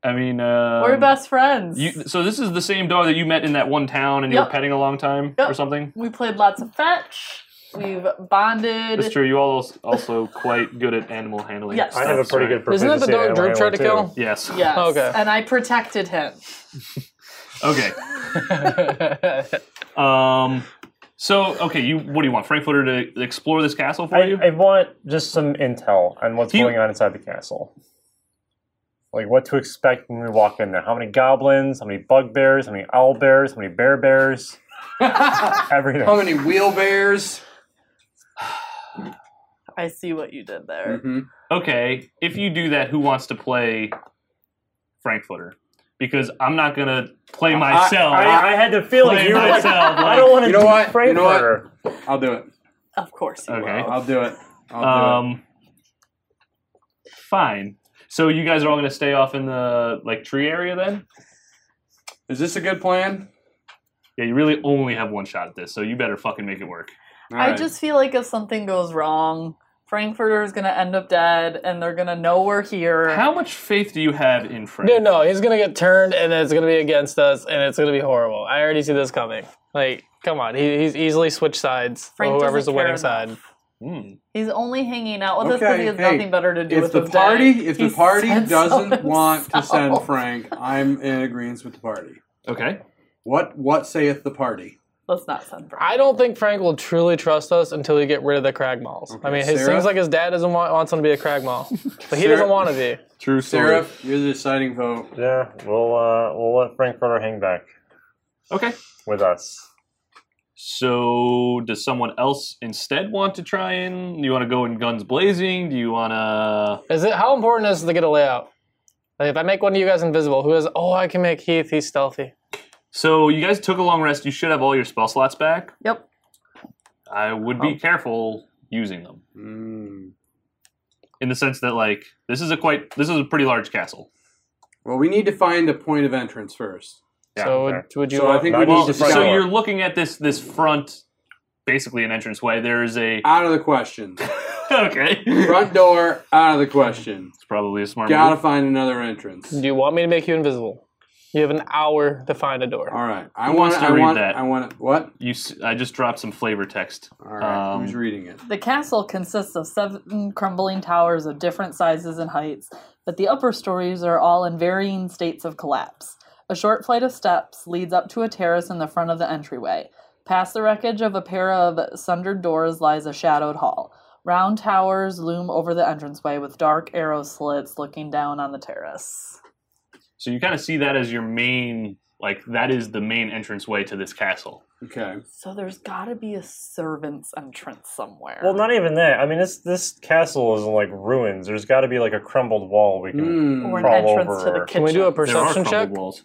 Speaker 4: I mean, uh,
Speaker 2: We're best friends.
Speaker 4: You, so this is the same dog that you met in that one town and you were
Speaker 2: Yep.
Speaker 4: petting a long time or
Speaker 2: Yep.
Speaker 4: something.
Speaker 2: we played lots of fetch. We've bonded.
Speaker 4: That's true. You all als- also quite good at animal handling.
Speaker 2: Yes.
Speaker 3: I have a
Speaker 4: stuff,
Speaker 3: pretty
Speaker 4: right?
Speaker 3: good proficiency.
Speaker 5: Isn't that the
Speaker 3: in
Speaker 5: dog
Speaker 3: animal
Speaker 5: Drew tried to
Speaker 3: handling,
Speaker 5: kill?
Speaker 3: too.
Speaker 4: Yes.
Speaker 2: Yes.
Speaker 5: Okay.
Speaker 2: And I protected him.
Speaker 4: Okay.
Speaker 3: oh
Speaker 5: [LAUGHS]
Speaker 4: Um. So okay, you what do you want Frankfurter to explore this castle for you?
Speaker 3: I, I want just some intel on what's
Speaker 4: Do you-
Speaker 3: going on inside the castle. Like what to expect when we walk in there. How many goblins? How many bugbears? How many owl bears? How many bear bears?
Speaker 1: [LAUGHS]
Speaker 3: Everything.
Speaker 1: How many wheelbears?
Speaker 2: I see what you did there.
Speaker 1: Mm-hmm.
Speaker 4: okay, if you do that, who wants to play Frankfurter? Because I'm not gonna play myself.
Speaker 3: I, I had to feel like
Speaker 4: Blame
Speaker 3: you were like,
Speaker 4: myself,
Speaker 3: [LAUGHS] I don't want to
Speaker 1: You know
Speaker 3: do
Speaker 1: what? You know what?
Speaker 3: Frankfurter.
Speaker 1: I'll do it.
Speaker 2: Of course you
Speaker 4: Okay.
Speaker 2: will.
Speaker 1: I'll do it. I'll do
Speaker 4: um. Fine. So you guys are all gonna stay off in the like tree area then?
Speaker 1: it. Is this a good plan?
Speaker 4: Yeah, you really only have one shot at this, so you better fucking make it work.
Speaker 1: All
Speaker 2: I
Speaker 1: right.
Speaker 2: just feel like if something goes wrong, Frankfurter is going to end up dead and they're going to know we're here.
Speaker 4: How Oh, much faith do you have in Frank?
Speaker 5: Dude, no, he's gonna get turned, and it's gonna be against us, and it's gonna be horrible. I already see this coming. Like, come on, he, he's easily switched sides.
Speaker 2: Frank
Speaker 5: whoever's the
Speaker 2: doesn't
Speaker 5: winning
Speaker 2: care
Speaker 5: side.
Speaker 4: Hmm.
Speaker 2: He's only hanging out with us because
Speaker 1: Okay,
Speaker 2: he has
Speaker 1: hey,
Speaker 2: nothing better to do
Speaker 1: if
Speaker 2: with
Speaker 1: the
Speaker 2: his
Speaker 1: party
Speaker 2: day.
Speaker 1: if the
Speaker 2: He
Speaker 1: party
Speaker 2: said so
Speaker 1: doesn't want to send
Speaker 2: himself.
Speaker 1: Frank, I'm in agreement with the party.
Speaker 4: Okay.
Speaker 1: What what saith the party?
Speaker 2: Let's not send Frank.
Speaker 5: I don't think Frank will truly trust us until we get rid of the crag malls. I mean, his
Speaker 1: Sarah?
Speaker 5: things like his dad doesn't want wants him to be a crag mall, but he
Speaker 1: Sarah?
Speaker 5: doesn't want to be.
Speaker 4: True
Speaker 1: Seraph, you're the deciding vote.
Speaker 3: Yeah, we'll uh, we'll let Frankfurter hang back
Speaker 4: Okay.
Speaker 3: with us.
Speaker 4: So does someone else instead want to try and do you want to go in guns blazing? Do you wanna
Speaker 5: Is it how important is it to get a layout? Like, if I make one of you guys invisible, who is? Oh, I can make Heath. He's stealthy.
Speaker 4: So you guys took a long rest, you should have all your spell slots back.
Speaker 2: Yep.
Speaker 4: I would be careful using them.
Speaker 1: Mm.
Speaker 4: In the sense that like this is a quite this is a pretty large castle.
Speaker 1: Well, we need to find a point of entrance first.
Speaker 4: Yeah,
Speaker 5: so would,
Speaker 3: okay.
Speaker 5: would you?
Speaker 1: So I think we
Speaker 3: Not
Speaker 1: need
Speaker 4: Well,
Speaker 1: to
Speaker 3: just the front
Speaker 4: so
Speaker 1: scout.
Speaker 4: you're looking at this this front basically an entrance way. There is a [LAUGHS]
Speaker 1: out of the question.
Speaker 4: Okay. It's
Speaker 1: Front door, out of the question.
Speaker 4: probably a smart move.
Speaker 1: Gotta find another entrance.
Speaker 5: do you want me to make you invisible? You have an hour to find a door.
Speaker 1: All right. I
Speaker 4: Who
Speaker 1: want.
Speaker 4: wants to
Speaker 1: I
Speaker 4: read
Speaker 1: want.
Speaker 4: that?
Speaker 1: I want. What?
Speaker 4: You, s- I just dropped some flavor text.
Speaker 1: All right.
Speaker 4: Um,
Speaker 1: Who's reading it?
Speaker 2: The castle consists of seven crumbling towers of different sizes and heights, but the upper stories are all in varying states of collapse. A short flight of steps leads up to a terrace in the front of the entryway. Past the wreckage of a pair of sundered doors lies a shadowed hall. Round towers loom over the entranceway with dark arrow slits looking down on the terrace.
Speaker 4: So you kind of see that as your main, like that is the main entranceway to this castle.
Speaker 1: Okay.
Speaker 2: So there's got to be a servants' entrance somewhere.
Speaker 3: Well, not even that. I mean, this this castle is in like ruins. There's got to be like a crumbled wall we can.
Speaker 1: Mm.
Speaker 2: or an
Speaker 3: Crawl
Speaker 2: entrance to
Speaker 3: over.
Speaker 2: the kitchen.
Speaker 5: Can we do a
Speaker 4: There are
Speaker 5: perception
Speaker 4: crumbled
Speaker 5: check?
Speaker 4: walls.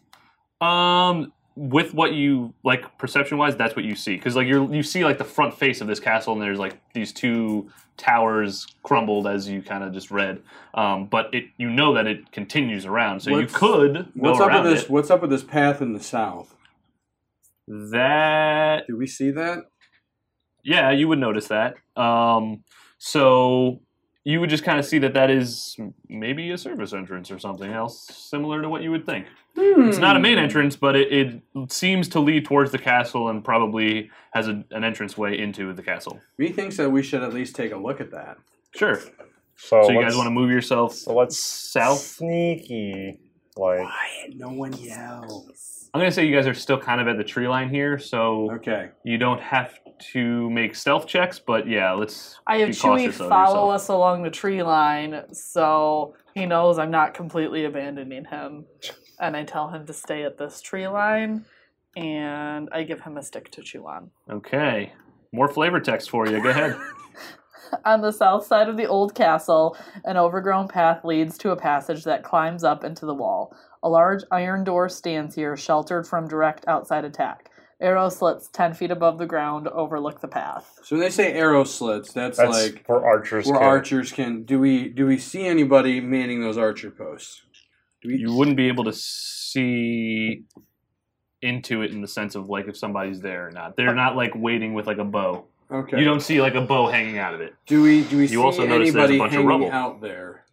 Speaker 4: Um, with what you like, perception wise, that's what you see because like you you see like the front face of this castle, and there's like these two towers crumbled as you kind of just read. Um, but it you know that it continues around, so
Speaker 1: What's-
Speaker 4: you could go
Speaker 1: What's up
Speaker 4: around
Speaker 1: with this?
Speaker 4: it.
Speaker 1: What's up with this path in the south?
Speaker 4: That
Speaker 1: Do we see that?
Speaker 4: Yeah, you would notice that. Um, so you would just kind of see that that is maybe a service entrance or something else similar to what you would think. It's not a main entrance, but it, it seems to lead towards the castle and probably has a, an entrance way into the castle.
Speaker 1: Methinks that we should at least take a look at that.
Speaker 4: Sure.
Speaker 3: So,
Speaker 4: so you guys want to move yourself?
Speaker 3: Oh, So let's
Speaker 4: South?
Speaker 3: sneaky. Like
Speaker 1: No one yell.
Speaker 4: I'm gonna say you guys are still kind of at the tree line here, so
Speaker 1: Okay.
Speaker 4: you don't have to make stealth checks. But yeah, let's.
Speaker 2: I have
Speaker 4: be
Speaker 2: Chewie
Speaker 4: cautious of
Speaker 2: follow
Speaker 4: yourself.
Speaker 2: us along the tree line, so he knows I'm not completely abandoning him. And I tell him to stay at this tree line, and I give him a stick to chew on.
Speaker 4: Okay. More flavor text for you. Go ahead.
Speaker 2: On the south side of the old castle, an overgrown path leads to a passage that climbs up into the wall. A large iron door stands here, sheltered from direct outside attack. Arrow slits 10 feet above the ground overlook the path.
Speaker 1: So when they say arrow slits, that's,
Speaker 3: that's
Speaker 1: like
Speaker 3: for archers.
Speaker 1: where
Speaker 3: kit.
Speaker 1: archers can. Do we do we see anybody manning those archer posts? Do we,
Speaker 4: you wouldn't be able to see into it in the sense of like if somebody's there or not. They're not like waiting with like a bow.
Speaker 1: okay.
Speaker 4: You don't see like a bow hanging out of it.
Speaker 1: do we do we see
Speaker 4: also notice there's a
Speaker 1: anybody
Speaker 4: bunch of
Speaker 1: hanging
Speaker 4: rubble.
Speaker 1: out there?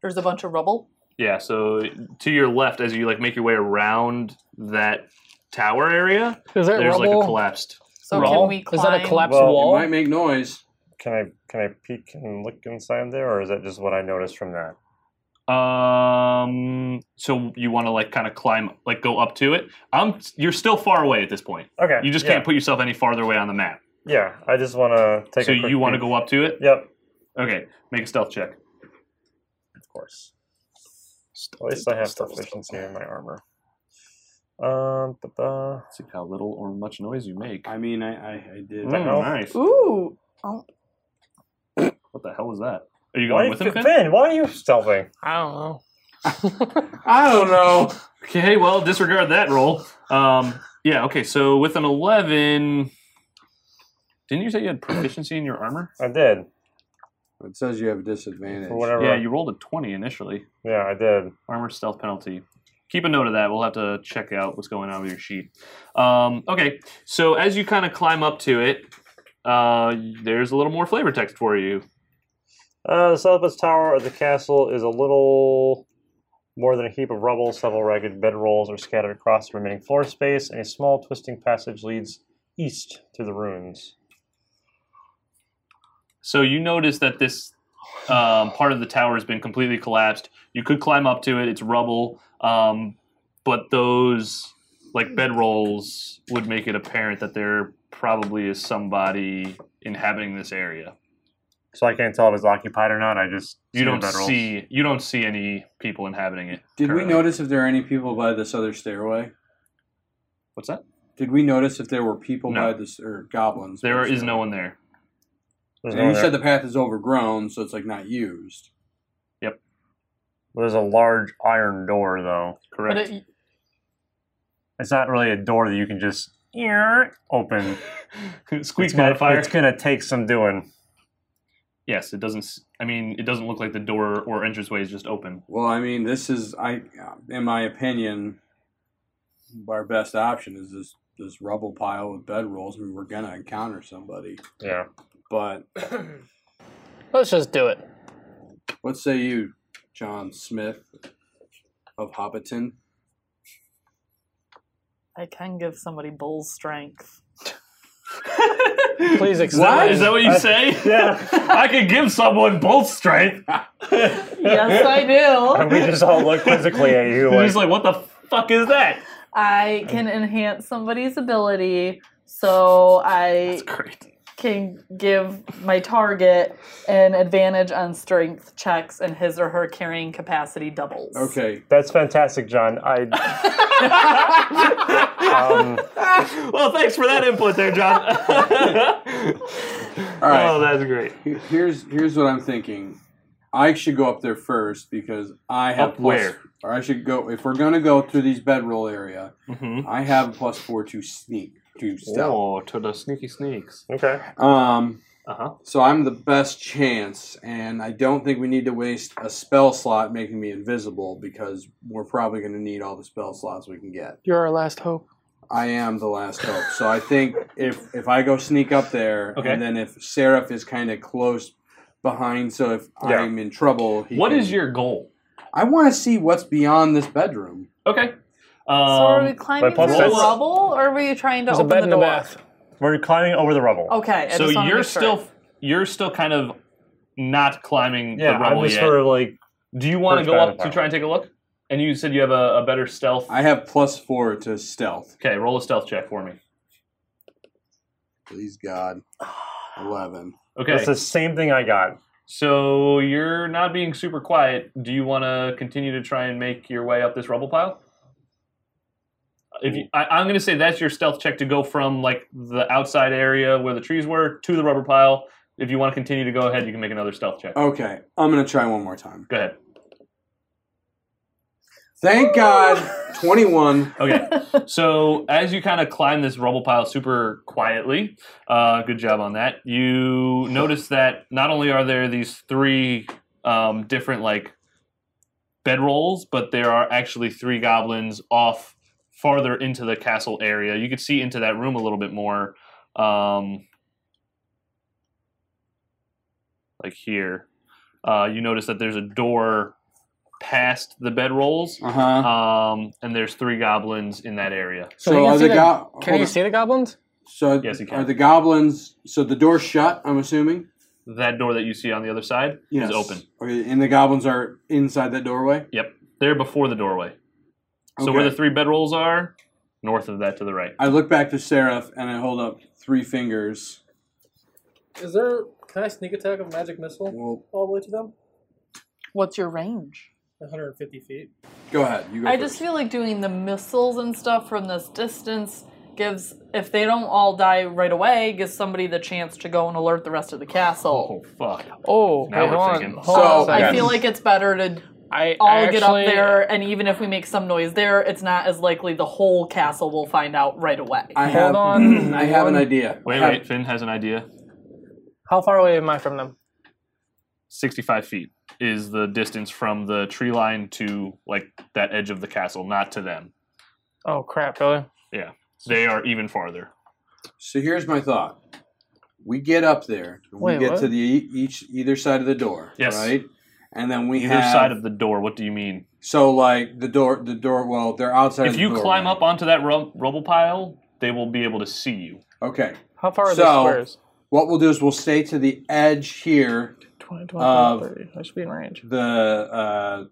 Speaker 2: There's a bunch of rubble.
Speaker 4: Yeah, so to your left as you like make your way around that tower area,
Speaker 5: Is that
Speaker 4: there's
Speaker 5: rubble?
Speaker 4: like a collapsed.
Speaker 2: So
Speaker 5: Rubble?
Speaker 2: can we
Speaker 5: Is
Speaker 2: climb?
Speaker 5: that a collapsed
Speaker 3: Well, it
Speaker 1: It
Speaker 5: wall?
Speaker 1: might make noise.
Speaker 3: Can I can I peek and look inside there, or is that just what I noticed from that?
Speaker 4: Um so you want to like kind of climb like go up to it. I'm you're still far away at this point.
Speaker 3: Okay.
Speaker 4: You just
Speaker 3: yeah.
Speaker 4: can't put yourself any farther away on the map.
Speaker 3: Yeah, I just want to take.
Speaker 4: so
Speaker 3: a quick
Speaker 4: you want to
Speaker 3: peek.
Speaker 4: go up to it?
Speaker 3: Yep.
Speaker 4: Okay, make a stealth check.
Speaker 3: Of course. At least I have proficiency in my armor. Um, but the
Speaker 4: See how little or much noise you make.
Speaker 1: I mean, I I, I did.
Speaker 3: Mm. hell?
Speaker 4: nice.
Speaker 2: Ooh,
Speaker 4: What the hell was that? Are you
Speaker 3: why
Speaker 4: going with him, Finn?
Speaker 3: Finn, why are you stealthing?
Speaker 5: I don't know.
Speaker 1: I don't know.
Speaker 4: Okay, well, disregard that roll. Um, yeah, okay, so with an 11. Didn't you say you had proficiency in your armor?
Speaker 3: I did
Speaker 1: It says you have a disadvantage.
Speaker 3: for whatever.
Speaker 4: Yeah, you rolled a 20 initially.
Speaker 3: yeah, I did.
Speaker 4: Armor stealth penalty. Keep a note of that. We'll have to check out what's going on with your sheet. Um, okay, so as you kind of climb up to it, uh, there's a little more flavor text for you.
Speaker 3: Uh, the southwest tower of the castle is a little more than a heap of rubble. Several ragged bedrolls are scattered across the remaining floor space, and a small twisting passage leads east through the ruins.
Speaker 4: So you notice that this um, part of the tower has been completely collapsed. You could climb up to it; it's rubble. Um, but those like bedrolls would make it apparent that there probably is somebody inhabiting this area.
Speaker 3: So I can't tell if it's occupied or not. I just
Speaker 4: You
Speaker 3: see the
Speaker 4: don't
Speaker 3: bedrolls.
Speaker 4: see you don't see any people inhabiting it.
Speaker 1: Did we
Speaker 4: currently.
Speaker 1: notice if there are any people by this other stairway?
Speaker 4: What's that?
Speaker 1: Did we notice if there were people
Speaker 4: No.
Speaker 1: by this or goblins? by
Speaker 4: There
Speaker 1: the
Speaker 4: is no
Speaker 1: stairway?
Speaker 4: one there.
Speaker 3: There's,
Speaker 1: And
Speaker 3: no
Speaker 1: you
Speaker 3: other-
Speaker 1: said the path is overgrown, so it's like not used.
Speaker 3: there's a large iron door though.
Speaker 4: Correct.
Speaker 5: [LAUGHS] But it,
Speaker 3: It's not really a door that you can just open.
Speaker 4: Squeak
Speaker 3: it's gonna,
Speaker 4: modifier.
Speaker 3: It's gonna take some doing.
Speaker 4: yes, it doesn't. s- I mean, it doesn't look like the door or entranceway is just open.
Speaker 1: Well, I mean, this is I, in my opinion, our best option is this this rubble pile with bedrolls. I mean, we're gonna encounter somebody,
Speaker 3: Yeah.
Speaker 1: but
Speaker 5: let's just do it.
Speaker 1: what say you, John Smith of Hobbiton?
Speaker 2: I can give somebody bull strength.
Speaker 4: [LAUGHS]
Speaker 5: Please
Speaker 1: What?
Speaker 5: explain.
Speaker 4: Is that what you say?
Speaker 3: Yeah.
Speaker 4: [LAUGHS] I could give someone both strength.
Speaker 2: yes, I
Speaker 3: and
Speaker 2: do.
Speaker 3: [LAUGHS] we just all look physically at you
Speaker 4: He's
Speaker 3: like,
Speaker 4: just like, what the fuck is that?
Speaker 2: I can enhance somebody's ability, so I
Speaker 4: That's great.
Speaker 2: can give my target an advantage on strength checks, and his or her carrying capacity doubles. [LAUGHS]
Speaker 4: [LAUGHS]
Speaker 1: Okay.
Speaker 3: That's fantastic, John. I
Speaker 4: [LAUGHS]
Speaker 3: um,
Speaker 4: well, thanks for that input there, [LAUGHS] John.
Speaker 1: All right.
Speaker 4: Oh, that's great.
Speaker 1: Here- Here's here's what I'm thinking. I should go up there first because I have
Speaker 4: Up
Speaker 1: plus-
Speaker 4: where?
Speaker 1: Or I should go if we're gonna go through these bedroll area.
Speaker 4: Mhm.
Speaker 1: I have a plus four to sneak to stealth.
Speaker 4: Oh, to the sneaky sneaks.
Speaker 3: okay.
Speaker 1: Um,
Speaker 4: Uh huh.
Speaker 1: so I'm the best chance, and I don't think we need to waste a spell slot making me invisible because we're probably gonna need all the spell slots we can get.
Speaker 5: You're our last hope.
Speaker 1: I am the last hope. So I think if if I go sneak up there,
Speaker 4: Okay.
Speaker 1: and then if Seraph is kind of close behind, so if
Speaker 3: Yeah.
Speaker 1: I'm in trouble, he
Speaker 4: What
Speaker 1: can-
Speaker 4: is your goal?
Speaker 1: I want to see what's beyond this bedroom.
Speaker 4: Okay.
Speaker 2: So are we
Speaker 4: Um,
Speaker 2: climbing through
Speaker 3: plus
Speaker 2: the
Speaker 3: that's-
Speaker 2: rubble, or are we trying to
Speaker 5: There's a
Speaker 2: open
Speaker 5: bed
Speaker 2: the
Speaker 5: and a
Speaker 2: door?
Speaker 5: bath.
Speaker 3: [LAUGHS] We're climbing over the rubble.
Speaker 2: Okay. I
Speaker 4: so
Speaker 2: just wanna
Speaker 4: you're
Speaker 2: make sure.
Speaker 4: still you're still kind of not climbing
Speaker 3: Yeah,
Speaker 4: the
Speaker 3: I'm
Speaker 4: rubble
Speaker 3: just
Speaker 4: yet.
Speaker 3: sort of like
Speaker 4: Do you want to
Speaker 3: First
Speaker 4: go
Speaker 3: round
Speaker 4: up
Speaker 3: of
Speaker 4: to
Speaker 3: power.
Speaker 4: try and take a look? And you said you have a, a better stealth.
Speaker 1: I have plus four to stealth.
Speaker 4: okay, roll a stealth check for me.
Speaker 1: Please God, eleven.
Speaker 4: Okay.
Speaker 3: that's the same thing I got.
Speaker 4: So you're not being super quiet. Do you want to continue to try and make your way up this rubble pile? If you, I, I'm going to say that's your stealth check to go from like the outside area where the trees were to the rubber pile. If you want to continue to go ahead, you can make another stealth check.
Speaker 1: Okay, I'm gonna try one more time.
Speaker 4: Go ahead.
Speaker 1: Thank [LAUGHS] God, twenty-one.
Speaker 4: Okay. so as you kind of climb this rubble pile super quietly, uh, good job on that. You notice that not only are there these three um, different like bedrolls, but there are actually three goblins off farther into the castle area. You could see into that room a little bit more, um, like here. Uh, you notice that there's a door past the bedrolls
Speaker 1: Uh huh.
Speaker 4: um, and there's three goblins in that area.
Speaker 5: Can
Speaker 1: So
Speaker 5: Uh-huh. you
Speaker 1: are
Speaker 5: see
Speaker 1: the
Speaker 5: the-
Speaker 1: go-
Speaker 5: Can
Speaker 1: hold
Speaker 5: you
Speaker 1: on.
Speaker 5: see the goblins?
Speaker 1: So
Speaker 4: Yes, you can.
Speaker 1: are the goblins? So the door's shut. I'm assuming.
Speaker 4: That door that you see on the other side
Speaker 1: Yes.
Speaker 4: is open.
Speaker 1: Okay, and the goblins are inside that doorway.
Speaker 4: Yep, they're before the doorway. So where
Speaker 1: Okay.
Speaker 4: the three bedrolls are, north of that to the right.
Speaker 1: I look back to Seraph and I hold up three fingers.
Speaker 8: Is there? Can I sneak attack a magic missile
Speaker 1: Well,
Speaker 8: all the way to them?
Speaker 2: What's your range?
Speaker 8: 150 feet.
Speaker 1: go ahead. You go
Speaker 2: I
Speaker 1: first.
Speaker 2: just feel like doing the missiles and stuff from this distance gives, if they don't all die right away, gives somebody the chance to go and alert the rest of the castle.
Speaker 4: Oh fuck!
Speaker 5: Oh,
Speaker 4: Now
Speaker 5: wait,
Speaker 4: we're
Speaker 5: hold on.
Speaker 4: thinking.
Speaker 5: Hold on a
Speaker 1: So-
Speaker 5: second.
Speaker 2: I feel like it's better to
Speaker 5: I,
Speaker 2: all
Speaker 5: I
Speaker 2: get up
Speaker 5: actually-
Speaker 2: there, and even if we make some noise there, it's not as likely the whole castle will find out right away.
Speaker 1: I
Speaker 5: Hold
Speaker 1: have, [CLEARS THROAT]
Speaker 5: on,
Speaker 1: I have an
Speaker 5: one-
Speaker 1: idea.
Speaker 4: Wait,
Speaker 1: Have-
Speaker 4: wait. Finn has an idea.
Speaker 5: How far away am I from them?
Speaker 4: Sixty-five feet is the distance from the tree line to like that edge of the castle, not to them.
Speaker 5: Oh crap, really?
Speaker 4: They are even farther.
Speaker 1: So here's my thought. We get up there. We
Speaker 5: Wait,
Speaker 1: get
Speaker 5: what?
Speaker 1: to the e, each either side of the door.
Speaker 4: Yes.
Speaker 1: Right. And then we
Speaker 4: Either
Speaker 1: have
Speaker 4: side of the door. What do you mean?
Speaker 1: so like the door the door well they're outside. of
Speaker 4: If
Speaker 1: the
Speaker 4: you
Speaker 1: door,
Speaker 4: climb
Speaker 1: right?
Speaker 4: up onto that rub- rubble pile, they will be able to see you.
Speaker 1: Okay.
Speaker 5: How far are
Speaker 1: So-
Speaker 5: the squares?
Speaker 1: What we'll do is we'll stay to the edge here
Speaker 5: 20,
Speaker 1: Uh,
Speaker 5: 25, 30. I should be in range.
Speaker 1: the uh,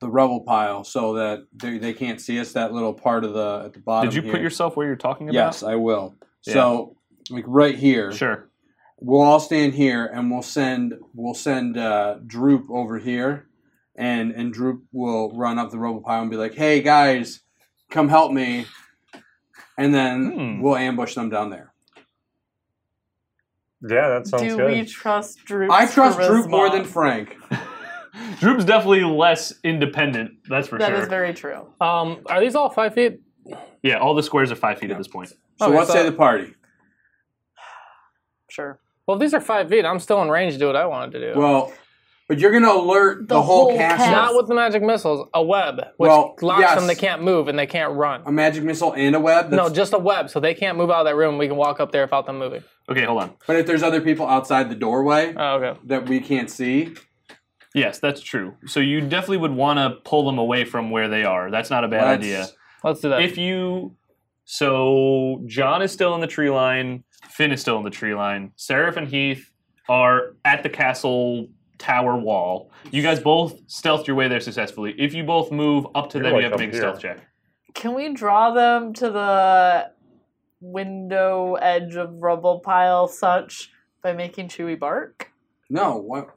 Speaker 1: the rubble pile so that they, they can't see us that little part of the at the bottom.
Speaker 4: Did you put
Speaker 1: here.
Speaker 4: yourself where you're talking about?
Speaker 1: Yes, I will. So like right here.
Speaker 4: Sure.
Speaker 1: we'll all stand here and we'll send we'll send uh, Droop over here, and and Droop will run up the rubble pile and be like, "Hey guys, come help me," and then
Speaker 4: Hmm.
Speaker 1: we'll ambush them down there.
Speaker 3: Yeah, that sounds
Speaker 2: Do
Speaker 3: good.
Speaker 2: we trust Droop?
Speaker 1: I trust Droop more than Frank.
Speaker 4: Droop's definitely less independent. That's for
Speaker 2: That
Speaker 4: sure.
Speaker 2: is very true.
Speaker 5: Um, are these all five feet?
Speaker 4: yeah, all the squares are five feet at this point.
Speaker 1: So
Speaker 5: Okay,
Speaker 1: let's
Speaker 5: so-
Speaker 1: say the party.
Speaker 2: Sure.
Speaker 5: Well, if these are five feet, I'm still in range to do what I wanted to do.
Speaker 1: Well, but you're gonna alert the,
Speaker 2: The
Speaker 1: whole,
Speaker 2: whole
Speaker 1: castle.
Speaker 2: cast.
Speaker 5: Not with the magic missiles, a web, which
Speaker 1: Well,
Speaker 5: locks
Speaker 1: yes.
Speaker 5: them. They can't move and they can't run.
Speaker 1: a magic missile and a web.
Speaker 5: no,
Speaker 1: That's-
Speaker 5: just a web, so they can't move out of that room. We can walk up there without them moving.
Speaker 4: Okay, hold on.
Speaker 1: but if there's other people outside the doorway
Speaker 5: Oh, okay.
Speaker 1: that we can't see,
Speaker 4: Yes, that's true. So you definitely would want to pull them away from where they are. That's not a bad
Speaker 1: let's-
Speaker 4: idea.
Speaker 5: Let's do that.
Speaker 4: If you. So John is still in the tree line. Finn is still in the tree line. Seraph and Heath are at the castle tower wall. You guys both stealthed your way there successfully. If you both move up to
Speaker 3: You're
Speaker 4: them,
Speaker 3: like
Speaker 4: you have to
Speaker 3: up
Speaker 4: make a
Speaker 3: here.
Speaker 4: stealth check.
Speaker 2: Can we draw them to the window edge of rubble pile such by making Chewy bark?
Speaker 1: No, what?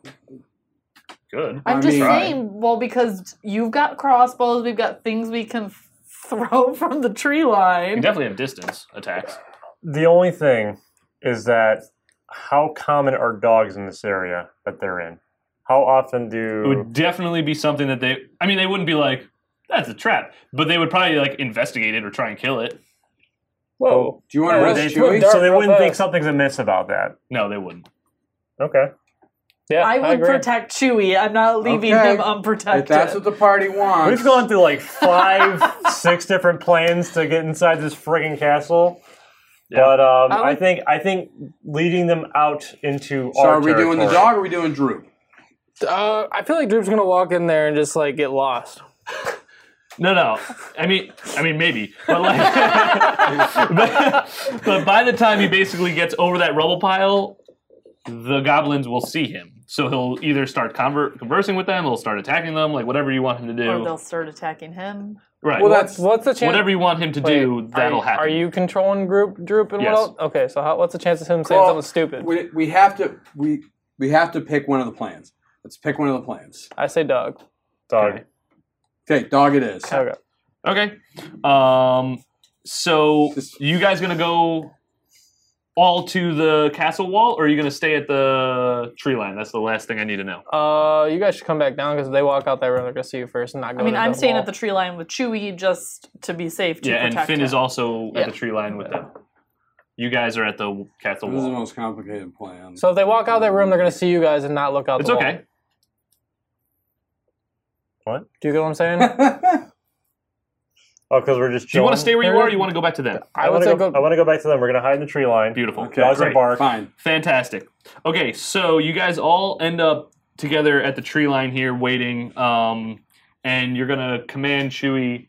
Speaker 4: Good.
Speaker 1: I
Speaker 2: I'm just
Speaker 1: mean-
Speaker 2: saying, well, because you've got crossbows, we've got things we can [LAUGHS] throw from the tree
Speaker 4: You
Speaker 2: line.
Speaker 4: definitely have distance attacks.
Speaker 3: The only thing is that how common are dogs in this area that they're in? How often
Speaker 4: It would
Speaker 3: do
Speaker 4: definitely be something that they. I mean, they wouldn't be like that's a trap, but they would probably like investigate it or try and kill it.
Speaker 5: Whoa.
Speaker 1: Do you want to
Speaker 5: Yeah,
Speaker 1: rest
Speaker 5: they-
Speaker 1: Chewy?
Speaker 5: they're-
Speaker 3: so they
Speaker 5: real
Speaker 3: wouldn't think
Speaker 5: fast.
Speaker 3: something's amiss about that?
Speaker 4: No, they wouldn't.
Speaker 3: Okay.
Speaker 5: Yeah,
Speaker 2: I would
Speaker 5: agree.
Speaker 2: protect Chewy. I'm not leaving
Speaker 1: Okay.
Speaker 2: him unprotected.
Speaker 1: If that's what the party wants.
Speaker 3: We've gone
Speaker 1: [LAUGHS]
Speaker 3: through like five, six different planes to get inside this friggin' castle.
Speaker 4: Yeah.
Speaker 3: But um,
Speaker 2: I
Speaker 3: I,
Speaker 2: would-
Speaker 3: think I think leading them out into
Speaker 1: So
Speaker 3: our
Speaker 1: are we doing the
Speaker 3: territory-
Speaker 1: dog or are we doing Droop?
Speaker 5: Uh, I feel like Droop's gonna walk in there and just like get lost.
Speaker 4: No, no. I mean, I mean, maybe, but like, [LAUGHS] but, but by the time he basically gets over that rubble pile, the goblins will see him. So he'll either start conver- conversing with them, he'll start attacking them, like whatever you want him to
Speaker 2: or they'll
Speaker 4: do.
Speaker 2: start attacking him.
Speaker 4: Right.
Speaker 1: Well, that's
Speaker 5: What's the chance?
Speaker 4: whatever you want him to
Speaker 5: Wait,
Speaker 4: do, that'll
Speaker 5: are, you-
Speaker 4: happen.
Speaker 5: Are you controlling Droop? Droop and
Speaker 4: Yes.
Speaker 5: what else? Okay, so how, what's the chance of him saying
Speaker 1: Well,
Speaker 5: something stupid?
Speaker 1: we, we have to we we have to pick one of the plans. Let's pick one of the plans.
Speaker 5: I say dog.
Speaker 3: Dog.
Speaker 4: Okay.
Speaker 1: Okay, dog it is.
Speaker 5: Okay.
Speaker 4: Okay. Um. So
Speaker 1: Just-
Speaker 4: you guys gonna go all to the castle wall, or are you gonna stay at the tree line? That's the last thing I need to know.
Speaker 5: Uh, you guys should come back down because they walk out that room. They're gonna see you first and not go.
Speaker 2: I mean,
Speaker 5: to
Speaker 2: I'm
Speaker 5: the
Speaker 2: staying
Speaker 5: wall.
Speaker 2: at the tree line with Chewy just to be safe. To
Speaker 4: yeah, and
Speaker 2: protect
Speaker 4: Finn
Speaker 2: him.
Speaker 4: is also
Speaker 2: Yeah.
Speaker 4: at the tree line with them. You guys are at the castle
Speaker 1: This is the
Speaker 4: wall.
Speaker 1: most complicated plan.
Speaker 5: So if they walk out that room, they're gonna see you guys and not look out.
Speaker 4: It's
Speaker 5: the wall.
Speaker 4: okay.
Speaker 5: Do you get what
Speaker 4: [LAUGHS]
Speaker 5: I'm saying? [LAUGHS]
Speaker 3: Oh, because we're just.
Speaker 4: Do you want to
Speaker 3: chilling?
Speaker 4: stay where you are? Or you want to go back to them?
Speaker 5: I would
Speaker 3: wanna
Speaker 5: say
Speaker 3: go,
Speaker 5: go-
Speaker 3: I want to go back to them. We're gonna hide in the tree line.
Speaker 4: Beautiful.
Speaker 1: [LAUGHS] Okay,
Speaker 3: Dogs
Speaker 4: great.
Speaker 3: and bark.
Speaker 1: Fine.
Speaker 4: Fantastic. Okay, so you guys all end up together at the tree line here, waiting. Um, and you're gonna command Chewy,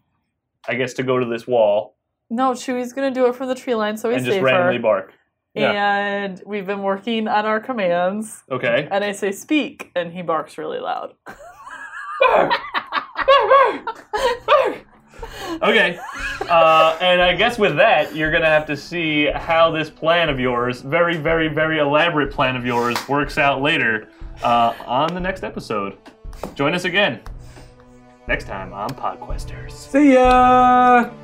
Speaker 4: I guess, to go to this wall
Speaker 2: No, Chewy's gonna do it from the tree line, so he's
Speaker 4: and just
Speaker 2: safer.
Speaker 4: randomly bark.
Speaker 2: And we've been working on our commands.
Speaker 4: Okay.
Speaker 2: And I say speak, and he barks really loud. [LAUGHS]
Speaker 4: Okay. Uh, and I guess with that, you're gonna have to see how this plan of yours, very, very, very elaborate plan of yours, works out later uh, on the next episode. Join us again next time on PodQuesters.
Speaker 1: See ya.